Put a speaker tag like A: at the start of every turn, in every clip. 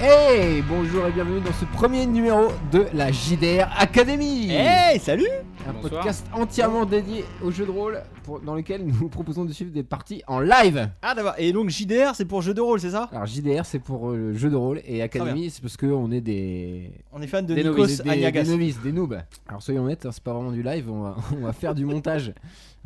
A: Hey Bonjour et bienvenue dans ce premier numéro de la JDR Academy
B: Hey, salut
A: Un
C: Bonsoir.
A: podcast entièrement dédié aux jeux de rôle pour- dans lequel nous vous proposons de suivre des parties en live
B: Ah d'accord, et donc JDR c'est pour jeu de rôle, c'est ça
A: Alors JDR c'est pour euh, le jeu de rôle et Academy c'est parce qu'on est des...
B: On est fan de
A: Des,
B: Nikos
A: novices, des-
B: Aniagas.
A: des novices, des noobs. Alors soyons honnêtes, hein, c'est pas vraiment du live, on va, on va faire du montage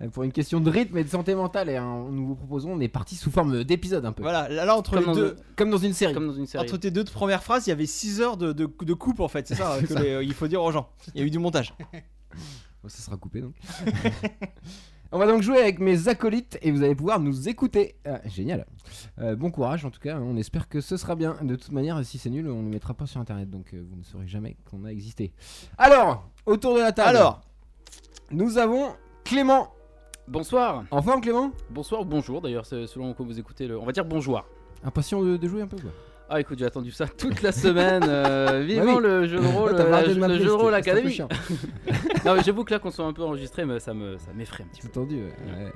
A: euh, pour une question de rythme et de santé mentale. Et hein, nous vous proposons, on est parti sous forme d'épisode un peu.
B: Voilà, là, là, entre
C: Comme
B: les
C: dans
B: deux...
A: Comme dans une série.
C: Comme dans une série.
B: Entre tes deux premières phrases, il y avait 6 heures de, de, de coupe en fait, c'est ça,
A: C'est
B: que
A: ça.
B: les- euh, il faut dire aux gens. Il y a eu du montage.
A: Bon, ça sera coupé donc. On va donc jouer avec mes acolytes et vous allez pouvoir nous écouter. Ah, génial. Euh, bon courage en tout cas, on espère que ce sera bien. De toute manière, si c'est nul, on ne le mettra pas sur internet donc euh, vous ne saurez jamais qu'on a existé. Alors, autour de la table,
B: Alors,
A: nous avons Clément.
C: Bonsoir.
A: En forme Clément
C: Bonsoir ou bonjour d'ailleurs, c'est selon quand vous écoutez le. On va dire bonjour.
A: Impatient de, de jouer un peu quoi.
C: Ah écoute, j'ai attendu ça toute la semaine. euh, vivement
A: Bah oui.
C: le jeu de rôle,
A: Ouais, t'as
C: euh,
A: parlé
C: la-
A: de
C: le
A: m'appeler,
C: jeu de
A: c'était-
C: rôle
A: c'était un peu
C: académie.
A: chiant.
C: Non mais j'avoue que là qu'on soit un peu enregistré, mais ça me ça m'effraie un petit peu.
A: C'est tendu. ouais. Ouais.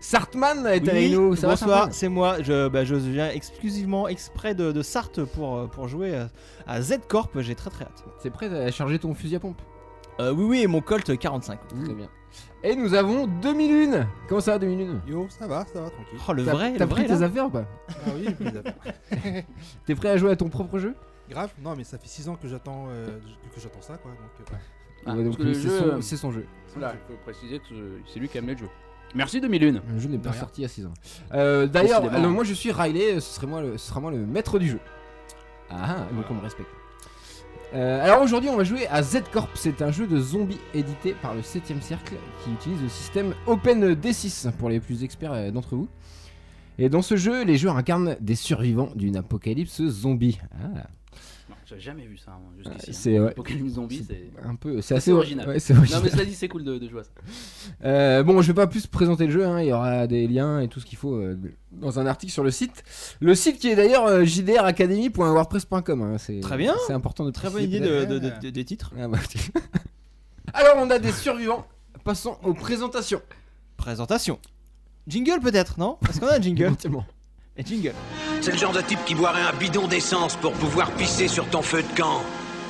A: Sartman est avec
B: oui,
A: nous. Ça va,
B: bonsoir,
A: Sartman
B: c'est moi, je, bah, je viens exclusivement exprès de, de Sarthe pour, euh, pour jouer à, à Z Corp, j'ai très très hâte.
A: T'es prêt à charger ton fusil à pompe
B: Euh, oui oui, et mon Colt 45.
A: Très bien. Et nous avons demi-lune. Comment ça, demi-lune
D: Yo, ça va, ça va, tranquille.
B: Oh le
A: T'as-
B: vrai, le
A: T'as
B: vrai
A: pris
B: là.
A: tes affaires ou pas
D: Ah oui, j'ai pris des affaires.
A: T'es prêt à jouer à ton propre jeu
D: Grave, non, mais ça fait 6 ans que j'attends euh, que j'attends ça, quoi. Donc, euh, ouais.
C: Ah,
A: Ouais, donc,
C: parce que le
A: c'est
C: jeu,
A: son-
C: euh,
A: c'est son, jeu.
C: Voilà, il faut préciser que je- c'est lui qui a amené le jeu. Merci 2001.
A: Le jeu n'est pas
D: Derrière.
A: sorti à 6 ans. Euh, D'ailleurs,
C: Décidément.
A: alors, moi je suis Riley, euh, ce, serait moi le, ce sera moi le maître du jeu. Ah, donc on me respecte. Euh, alors aujourd'hui, on va jouer à Z-Corp. C'est un jeu de zombies édité par le 7ème cercle qui utilise le système Open D6 pour les plus experts euh, d'entre vous. Et dans ce jeu, les joueurs incarnent des survivants d'une apocalypse zombie. Ah,
C: Non, J'avais jamais vu ça hein, jusqu'ici.
A: c'est
C: hein.
A: ouais,
C: Apocalypse zombie, c'est.
A: un peu, c'est assez
C: original.
A: ouais, c'est
C: Non
A: original.
C: mais cela dit, c'est cool de, de jouer à ça.
A: Euh, bon, je vais pas plus présenter le jeu, hein, il y aura des liens et tout ce qu'il faut euh, dans un article sur le site. Le site qui est d'ailleurs euh, jdracademy.wordpress.com. hein, c'est-
B: Très bien.
A: C'est important de
B: Très bonne
A: préciser
B: idée
A: peut-être.
B: de, de, de- de- des titres.
A: Ah, bah, tu- Alors, on a des survivants. Passons aux présentations.
B: Présentation. Jingle peut-être, non Est-ce qu'on a un jingle
A: Éventuellement.
B: Et jingle.
E: C'est le genre de type qui boirait un bidon d'essence pour pouvoir pisser sur ton feu de camp.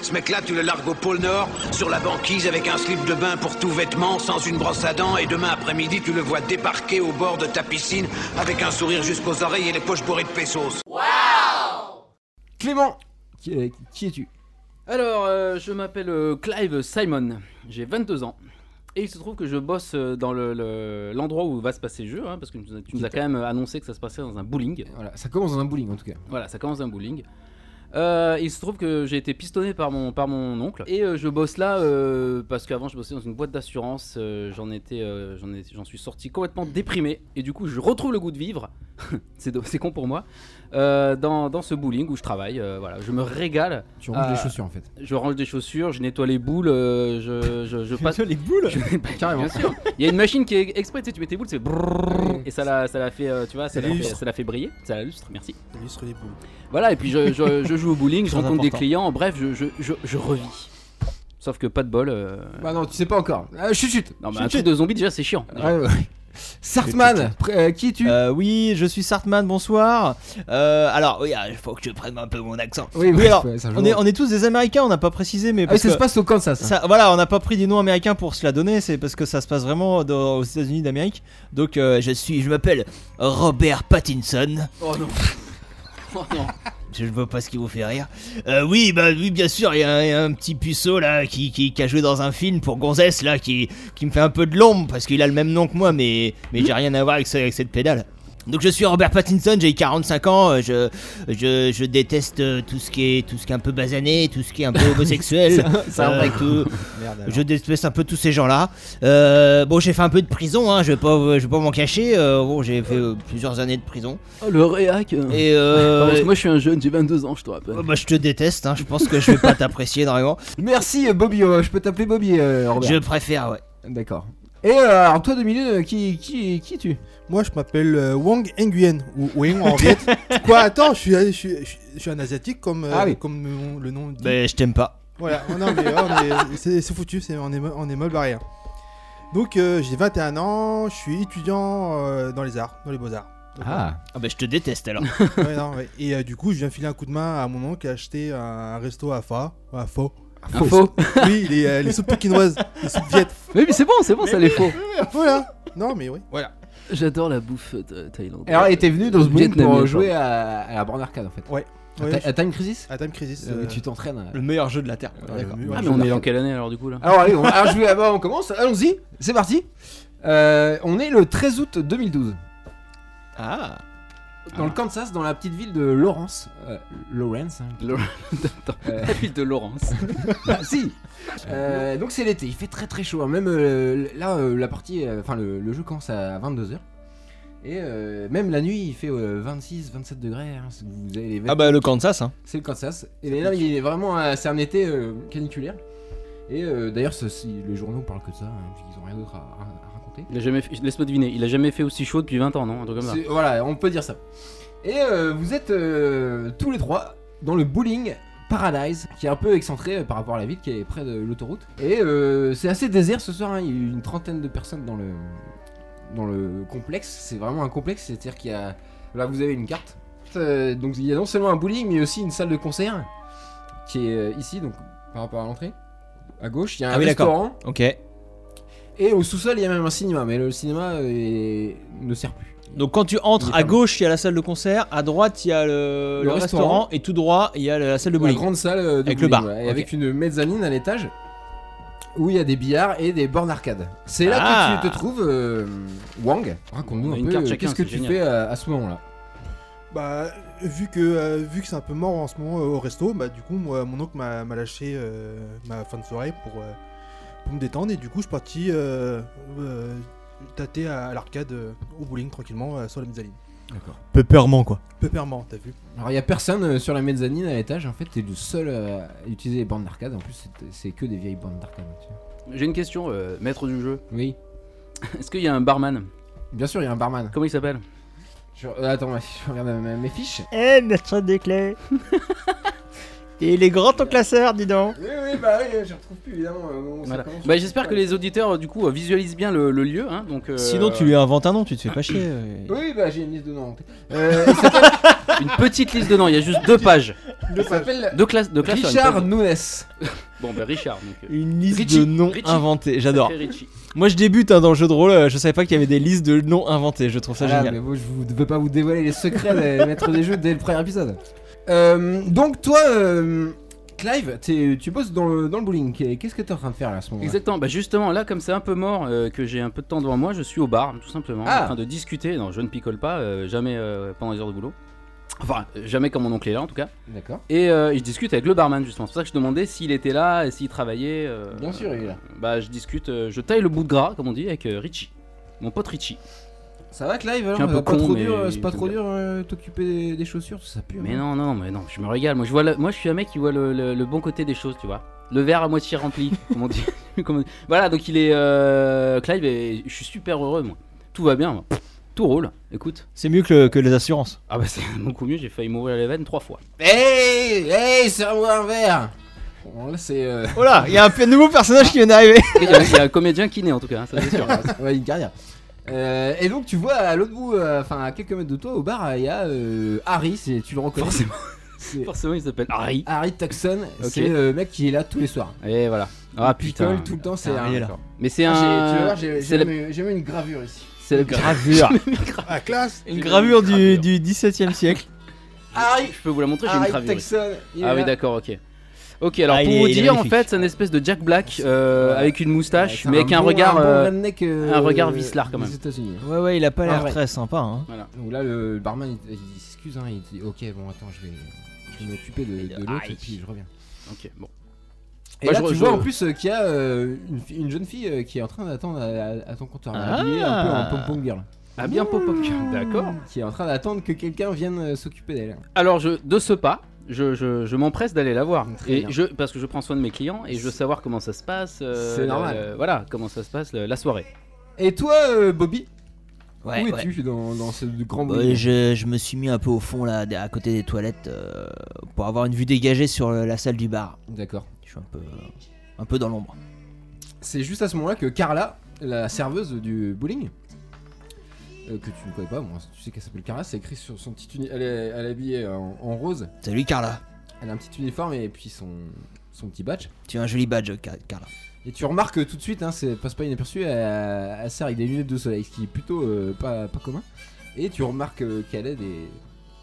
E: Ce mec-là, tu le largues au pôle Nord, sur la banquise avec un slip de bain pour tout vêtement, sans une brosse à dents, et demain après-midi, tu le vois débarquer au bord de ta piscine avec un sourire jusqu'aux oreilles et les poches bourrées de pesos.
A: Clément, qui, euh, qui es-tu
C: Alors, euh, je m'appelle euh, Clive Simon, j'ai 22 ans. Et il se trouve que je bosse euh, dans l'endroit le, l'endroit où va se passer le jeu, hein, parce que tu nous as- tu nous as quand même annoncé que ça se passait dans un bowling.
A: Voilà, ça commence dans un bowling en tout cas.
C: Voilà, ça commence dans un bowling. Euh, il se trouve que j'ai été pistonné par mon, par mon oncle. Et euh, je bosse là euh, parce qu'avant, je bossais dans une boîte d'assurance. euh, j'en étais, euh, j'en étais- j'en suis sorti complètement déprimé. Et du coup, je retrouve le goût de vivre. c'est do- c'est con pour moi. euh, dans, dans ce bowling où je travaille. euh, voilà, je me régale.
A: Tu ranges
C: Ah.
A: les chaussures en fait.
C: Je range des chaussures, je nettoie les boules, euh, je, je, je passe.
B: les boules
C: je- bah,
A: Carrément.
C: Bien sûr. Il y a une machine qui est exprès, tu sais, tu mets tes boules, c'est brrrr, et ça la, ça la fait, euh, tu vois, ça
D: Ça
C: la fait,
D: l'illustre.
C: ça la fait briller, ça la lustre, merci.
D: ça illustre les boules.
C: Voilà, et puis je, je- je joue au bowling, je
B: Très
C: rencontre des
B: important.
C: clients, bref, je, je, je, je revis. Sauf que pas de bol. euh,
A: Bah non, tu sais pas encore. Euh, chut, chut.
C: Non, mais
A: Chut,
C: un truc
A: chut.
C: de zombie déjà, c'est chiant. déjà.
A: Ouais, ouais. Sartman, pré- euh, qui es-tu
B: Euh, oui, je suis Sartman, bonsoir. Euh, alors, oui, ah, il faut que je prenne un peu mon accent.
A: Oui,
B: oui,
A: bref,
B: alors,
A: ouais, ça, je
B: On
A: vois.
B: est, on est tous des Américains, on n'a pas précisé, mais
A: Ah,
B: parce
A: ça se
B: que
A: passe au Kansas. hein.
B: ça- voilà, on n'a pas pris des noms américains pour se la donner, c'est parce que ça se passe vraiment dans- aux États-Unis d'Amérique. Donc, euh, je suis, je m'appelle Robert Pattinson.
C: Oh non. Oh non.
B: Je ne vois pas ce qui vous fait rire. Euh, oui, bah oui, bien sûr, il y, a un- il y a un petit puceau là qui, qui, qui a joué dans un film pour Gonzès là qui, qui me fait un peu de l'ombre parce qu'il a le même nom que moi, mais, mais j'ai rien à voir avec, ce- avec cette pédale. Donc je suis Robert Pattinson, j'ai 45 ans, euh, je, je, je déteste euh, tout ce qui est tout ce qui est un peu basané, tout ce qui est un peu homosexuel. euh,
A: c'est un vrai
B: tout-
D: Merde.
B: je déteste un peu tous ces gens-là. Euh, bon, j'ai fait un peu de prison, hein, je vais pas, je vais pas m'en cacher. euh, bon, j'ai fait euh, plusieurs années de prison.
C: Oh, le réac. euh.
B: Et
C: Ah, parce
B: euh,
C: que moi, je suis un jeune, j'ai 22 ans, je te rappelle.
B: Oh, bah, je te déteste, hein, je pense que je vais pas t'apprécier énormément.
A: Merci euh, Bobby, euh, je peux t'appeler Bobby euh, Robert.
B: Je préfère, ouais.
A: D'accord. Et euh, alors toi demi lune qui qui qui es-tu
D: Moi, je m'appelle euh, Wang Nguyen, ou Wang en Viet. quoi, attends, je suis, je, suis, je suis- je suis un asiatique comme, euh,
A: Ah oui. Ben.
D: comme mon- le nom dit.
B: Bah, je t'aime pas.
D: Voilà, oh non, mais oh, on est- c'est c'est foutu, c'est on est, mo- on est hein. molle barrière. Donc, euh, j'ai 21 ans, je suis étudiant euh, dans les arts, dans les beaux-arts.
A: Ah,
B: Ah bah je te déteste alors.
D: Ouais, non, ouais. Et euh, du coup, je viens filer un coup de main à mon oncle qui a acheté un, un resto à Fa. À Faux.
C: Un faux.
D: Oui, les, euh, les soupes pékinoises, les soupes viettes.
C: Oui, mais c'est bon, c'est bon, ça les faux.
D: Voilà. Non, mais oui.
C: J'adore la bouffe tha- thaïlandaise. Ah,
A: alors il était venu dans ce bout
C: Vietnamien,
A: pour
C: pardon.
A: jouer à, à la borne arcade en fait.
D: Ouais,
A: à,
D: je-
A: Ti- à Time Crisis
D: à Time Crisis.
A: Euh,
D: euh,
A: Tu t'entraînes. à-
B: Le meilleur jeu de la Terre.
D: euh,
A: d'accord.
D: ouais,
C: Ah,
D: je-
C: mais on est dans quelle année alors du coup là
A: Alors allez, on, alors, je vais- bah, on commence. Allons-y, c'est parti. Euh, on est le 13 août 2012
B: Ah
A: dans le Kansas, dans la petite ville de Lawrence. Euh, Lawrence. hein.
C: Attends,
A: Euh.
C: la ville de Laurence.
A: Ah, si. Euh, donc c'est l'été, il fait très très chaud. hein. Même euh, là, euh, la partie, euh, enfin le, le jeu commence à 22 h et euh, même la nuit, il fait 26-27 degrés. hein. C'est- Vous avez les
B: Ah bah le Kansas hein.
A: C'est le Kansas. Et là, il est vraiment, euh, c'est un été euh, caniculaire. Et euh, d'ailleurs, ce- si- les journaux parlent que de ça, hein, ils ont rien d'autre à, à- à raconter.
C: Il a jamais fait- Laisse-moi deviner, il a jamais fait aussi chaud depuis 20 ans, non Un truc comme ça.
A: C'est- Voilà, on peut dire ça. Et euh, vous êtes euh, tous les trois dans le bowling Paradise, qui est un peu excentré euh, par rapport à la ville, qui est près de l'autoroute. Et euh, c'est assez désert ce soir, hein, il y a eu une trentaine de personnes dans le, dans le complexe. C'est vraiment un complexe, c'est-à-dire qu'il y a... Là, vous avez une carte. Euh, donc il y a non seulement un bowling, mais aussi une salle de concert, qui est euh, ici, donc par rapport à l'entrée. À gauche, il y a un
B: Ah oui, d'accord.
A: restaurant.
B: Ok.
A: Et au sous-sol, il y a même un cinéma, mais le cinéma euh, est- ne sert plus.
B: Donc quand tu
A: Il est
B: entres à
A: fermé.
B: gauche il y a la salle de concert, à droite il y a le,
A: Le
B: le restaurant.
A: restaurant,
B: et tout droit il y a la salle de
A: La
B: bowling.
A: grande salle euh, de
B: Avec
A: bowling,
B: le bar,
A: ouais, et
B: ok.
A: avec une mezzanine à l'étage où il y a des billards et des bornes arcade. C'est là
B: Ah.
A: que tu te trouves, euh, Wang. Raconte-nous
C: On a
A: un
C: une
A: peu
C: carte
A: euh,
C: chacun,
A: qu'est-ce que
C: c'est
A: tu
C: génial.
A: fais à, à ce moment-là.
D: Bah, vu que, euh, vu que c'est un peu mort en ce moment euh, au resto, bah, du coup, moi, mon oncle m'a m'a lâché euh, ma fin de soirée pour, euh, pour me détendre. Et du coup, je suis parti euh, euh, tâter à, à l'arcade euh, au bowling tranquillement euh, sur la mezzanine.
B: Peppermint quoi.
D: Peppermint, t'as vu
A: Alors il y a personne euh, sur la mezzanine à l'étage, en fait t'es le seul euh, à utiliser les bornes d'arcade, en plus c'est- c'est que des vieilles bornes d'arcade. tu vois.
C: J'ai une question, euh, maître du jeu.
A: Oui,
C: Est-ce qu'il y a un barman
A: bien sûr il y a un barman.
C: Comment il s'appelle
A: Je- euh, attends, je regarde ma- mes fiches.
B: Eh maître des clés Et il est grand ton classeur dis donc
A: Oui, oui, bah oui, je retrouve plus évidemment. euh,
C: Voilà. Bah, J'espère que les auditeurs euh, du coup euh, visualisent bien le, le lieu. hein, donc, euh,
B: Sinon tu lui inventes un nom, tu te fais pas chier. euh.
A: Oui, bah j'ai une liste de noms. Euh,
C: Une petite liste dedans, il y a juste deux pages.
A: Il s'appelle
C: Deux classes. Deux classes
A: Richard Nunes.
C: Bon, bah Richard. Donc, euh,
B: Une liste
C: Richie,
B: de noms
C: Richie.
B: inventés, j'adore.
C: sacré Richie.
B: Moi je débute hein, dans le jeu de rôle, euh, je savais pas qu'il y avait des listes de noms inventés, je trouve ça
A: Voilà,
B: génial.
A: Ah, mais bon, je vous- veux pas vous dévoiler les secrets des maîtres des jeux dès le premier épisode. Euh, donc toi, euh, Clive, t'es- tu bosses dans le, dans le bowling. Qu'est- Qu'est-ce que t'es en train de faire là, à ce moment-là
C: Exactement, bah justement là comme c'est un peu mort, euh, que j'ai un peu de temps devant moi, je suis au bar tout simplement,
A: Ah.
C: en train de discuter, non je ne picole pas, euh, jamais euh, pendant les heures de boulot, enfin euh, jamais quand mon oncle est là en tout cas,
A: D'accord.
C: et euh, je discute avec le barman justement, c'est pour ça que je demandais s'il était là et s'il travaillait. euh,
A: Bien sûr, il est là.
C: Bah je discute, euh, je taille le bout de gras comme on dit avec euh, Richie, mon pote Richie.
A: Ça va, Clive alors
C: Je suis un peu
A: Euh, pas
C: con,
A: trop
C: mais
A: dur, euh, C'est pas
C: j'aime
A: trop
C: bien.
A: dur euh, t'occuper des, des chaussures, tout ça pue.
C: Mais
A: hein.
C: non, non, mais non, je me régale, moi je, vois le- moi, je suis un mec qui voit le, le- le bon côté des choses, tu vois. Le verre à moitié rempli, comme on dit. Comme on dit. Voilà, donc il est... euh, Clive, et je suis super heureux, moi. Tout va bien, moi. Tout roule, écoute.
B: C'est mieux que, le- que les assurances.
C: Ah bah c'est beaucoup mieux, j'ai failli mourir à la veine trois fois.
A: Hey, hey, serre-moi un verre. Bon, là c'est euh,
B: Oh là, il y a un p- nouveau personnage qui vient d'arriver
C: Il y, a- il y a un comédien qui naît en tout cas, hein, ça c'est sûr.
A: ouais, une carrière. Euh, et donc tu vois à l'autre bout, euh, enfin à quelques mètres de toi, au bar, il y a euh, Harry. c'est- Tu le reconnais
C: Forcément.
A: C'est
C: Forcément il s'appelle Harry.
A: Harry Tucson.
C: Ok.
A: C'est le mec qui est là tous les soirs.
C: Et voilà. Ah
A: Il
C: putain.
A: picole tout le temps, c'est
C: Ah,
B: Harry
A: un-
B: est là.
C: Mais c'est un...
A: Ah, j'ai- tu vois, j'ai-
C: c'est
A: j'ai
C: la-
A: même- j'ai même une gravure ici.
C: C'est la
B: Gravure
D: Ah, classe
B: Une gravure du, du 17 e siècle.
A: euh, Harry,
C: Je peux vous la montrer, j'ai une
A: Harry
C: gravure. ici.
A: Texan. il
C: Ah
A: est
C: oui
A: là.
C: d'accord, ok. Ok, alors
B: Ah,
C: pour
B: il est-
C: vous
B: il est
C: dire, en
B: magnifique.
C: fait, c'est une espèce de Jack Black euh,
A: Ouais.
C: avec une moustache,
A: C'est
C: mais avec un
A: bon-
C: regard.
A: bon
C: euh,
A: redneck, euh,
C: un regard vicelard, quand
A: des
C: même.
A: États-Unis.
B: Ouais, ouais, il a pas
A: Ah,
B: l'air
A: ouais.
B: très sympa. Hein.
A: Donc là, le barman il, il s'excuse, hein, il dit Ok, bon, attends, je vais, je vais m'occuper de, de l'autre et puis je reviens.
C: Ok, bon.
A: Et
C: Bah,
A: là,
C: je-
A: tu
C: je-
A: vois en plus euh, qu'il y a euh, une, fi- une jeune fille euh, qui est en train d'attendre à, à- à ton comptoir,
B: Ah.
A: habillée un peu en pom-pom girl,
C: Ah, bien Popoc, d'accord.
A: qui est en train d'attendre que quelqu'un vienne euh, s'occuper d'elle.
C: Alors, je, de ce pas, je, je- je m'empresse d'aller la voir.
A: Très
C: Et
A: bien.
C: je, parce que je prends soin de mes clients et je veux savoir comment ça se passe. euh,
A: C'est normal.
C: euh, voilà, comment ça se passe le- la soirée.
A: Et toi, euh, Bobby,
B: Ouais,
A: où
B: ouais.
A: es-tu dans, dans ce grand
B: Bah,
A: bowling
B: je, je me suis mis un peu au fond là, à côté des toilettes, euh, pour avoir une vue dégagée sur le- la salle du bar.
A: D'accord.
B: Je suis un peu, euh, un peu dans l'ombre.
A: C'est juste à ce moment-là que Carla, la serveuse du bowling, euh, que tu ne connais pas. Bon, tu sais qu'elle s'appelle Cara, c'est écrit sur son petit uniforme. Elle est, elle est habillée en, en rose.
B: Salut Carla.
A: Elle a un petit uniforme et puis son, son petit badge.
B: Tu as un joli badge, Car- Carla.
A: Et tu remarques tout de suite, hein, c'est passe pas inaperçu, elle, elle sert avec des lunettes de soleil, ce qui est plutôt euh, pas, pas commun. Et tu remarques euh, qu'elle a des,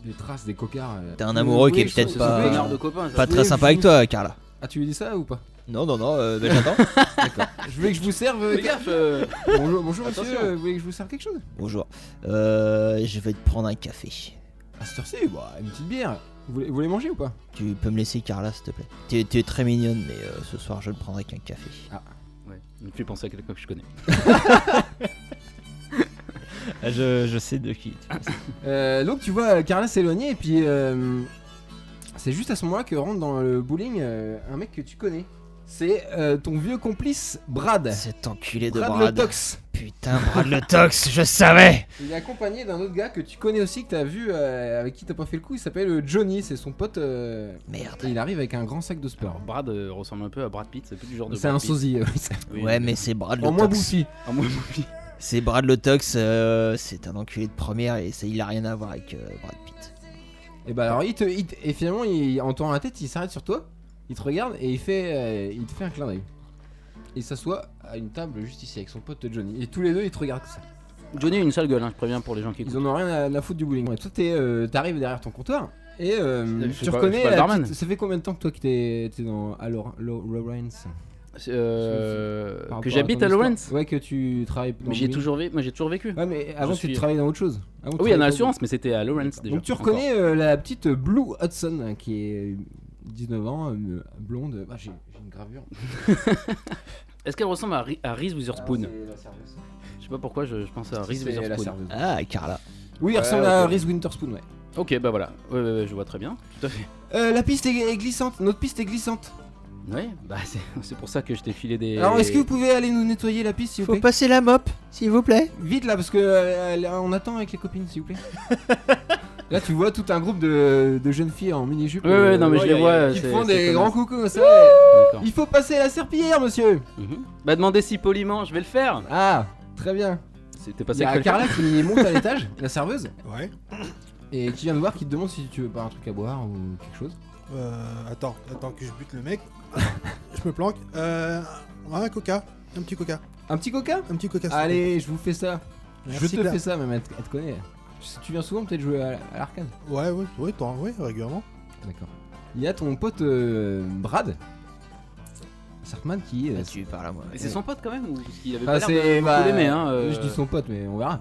A: des traces, des cocards. euh.
B: T'as un amoureux qui est
C: Oui,
B: peut-être
C: c'est
B: pas-
C: son connard de copain. ça.
B: Pas
A: Oui,
B: très sympa
A: oui.
B: avec toi, Carla.
A: Ah, tu lui dis ça ou pas
B: Non, non, non, euh, ben j'attends.
A: Je voulais que je vous serve. euh,
C: Fais gaffe, euh,
A: bonjour, bonjour monsieur,
C: Attention.
A: euh, vous voulez que je vous serve quelque chose
B: Bonjour. Euh, je vais te prendre un café.
A: À cette heure-ci, bah, une petite bière. Vous voulez, vous voulez manger ou pas
B: Tu peux me laisser Carla, s'il te plaît. T'es, t'es très mignonne, mais euh, ce soir je ne prendrai qu'un café.
C: Ouais, il me fait penser à quelqu'un que je connais.
B: Ah, Je, sais de qui.
A: Euh, donc tu vois Carla s'éloigner et puis euh, c'est juste à ce moment-là que rentre dans le bowling euh, un mec que tu connais. C'est euh, ton vieux complice Brad.
B: Cet enculé de
A: Brad,
B: Brad.
A: le Tox.
B: Putain, Brad le Tox, je savais
A: Il est accompagné d'un autre gars que tu connais aussi, que t'as vu, euh, avec qui t'as pas fait le coup. Il s'appelle euh, Johnny, c'est son pote. euh,
B: Merde.
A: et il arrive avec un grand sac de sport.
C: Alors, Brad euh, ressemble un peu à Brad Pitt, c'est plus du genre de.
A: C'est
C: Brad
A: un
C: Pitt.
A: sosie. euh, oui, c'est-
C: Oui, Ah,
B: ouais, mais c'est Brad le
A: en moins
B: Tox.
A: bouffi.
C: un moins mauvais.
B: C'est Brad le Tox, euh, c'est un enculé de première et c'est, il a rien à voir avec euh, Brad Pitt.
A: Et bah alors il te, il te- et finalement il, en tournant la tête, il s'arrête sur toi, il te regarde et il fait, euh, il te fait un clin d'œil. Il s'assoit à une table juste ici avec son pote Johnny. Et tous les deux ils te regardent comme ça.
C: Johnny a une sale gueule, hein, je préviens pour les gens qui
A: Ils en
C: écoutent.
A: ont rien à la foutre du bowling. Et toi t'es, euh, t'arrives derrière ton comptoir et euh,
C: Je suis
A: tu
C: pas- je
A: reconnais.
C: suis pas le
A: la
C: barman.
A: petite- ça fait combien de temps que toi que t'es, t'es dans à Lor- Lo- Lawrence
C: Euh,
A: par
C: que
A: rapport
C: j'habite
A: ton
C: à
A: histoire
C: Lawrence.
A: Ouais que tu travailles. dans
C: Mais
A: le
C: j'ai
A: bowling.
C: toujours, vé- moi, j'ai toujours vécu.
A: Ouais mais avant
C: suis-
A: tu travaillais dans autre chose. Avant, tu
C: oui, en
A: travaillais dans-
C: assurance, mais c'était à Lawrence déjà.
A: Donc tu
C: encore.
A: reconnais euh, la petite euh, Blue Hudson hein, qui est euh, 19 ans, euh, blonde. euh, Ah, j'ai j'ai une gravure.
C: Est-ce qu'elle ressemble à, Ri- à Reese Witherspoon
A: Ah, C'est la serveuse.
C: Je sais pas pourquoi, je, je pense à Reese
A: C'est la
C: Witherspoon.
A: serveuse.
B: Ah, Carla.
A: Oui, elle
C: Ouais,
A: ressemble à
C: ok.
A: Reese Winterspoon, ouais.
C: Ok, bah voilà, Ouais, ouais, ouais, je vois très bien. Tout à fait.
A: Euh, la piste est, est glissante, notre piste est glissante.
C: Ouais, bah c'est- c'est pour ça que je t'ai filé des.
A: Alors, est-ce que vous pouvez aller nous nettoyer la piste, s'il vous
B: Faut
A: plaît
B: passer la mop, s'il vous plaît.
A: Vite là, parce que euh, elle- on attend avec les copines, s'il vous plaît. là, tu vois tout un groupe de, de jeunes filles en mini-jupe. Euh,
C: Ouais, ouais,
A: Oh,
C: non, mais je les vois.
A: Ils
C: c'est-
A: font
C: c'est
A: des
C: étonnant.
A: grands coucous, comme ça.
C: D'accord.
A: Il faut passer la serpillière, monsieur.
C: Mhm. Bah demandez si poliment, je vais le faire.
A: Ah, très bien.
C: C'était
A: Il
C: passé
A: y a
C: avec quelqu'un.
A: Carla qui monte à l'étage, la serveuse.
D: Ouais.
A: et qui vient de voir, qui te demande si tu veux pas un truc à boire ou quelque chose.
D: Euh, attends, attends que je bute le mec. je me planque. Euh, un coca. Un petit coca.
A: Un petit coca
D: Un petit coca. s'il te plaît.
A: Allez, je vous fais ça.
D: Merci,
A: je te
D: Claire.
A: fais ça, même, elle te, elle te connaît. Si tu viens souvent, peut-être jouer à, à l'arcade.
D: Ouais, ouais, ouais, t'en- ouais, régulièrement.
A: D'accord. Il y a ton pote euh, Brad. Sartman qui. euh,
B: Ah, tu parles à moi.
C: Mais C'est son pote quand même ou il avait
A: enfin,
C: pas l'air de
A: c'est.
C: beaucoup
A: bah,
C: l'aimer, hein, euh,
A: Je dis son pote, mais on verra.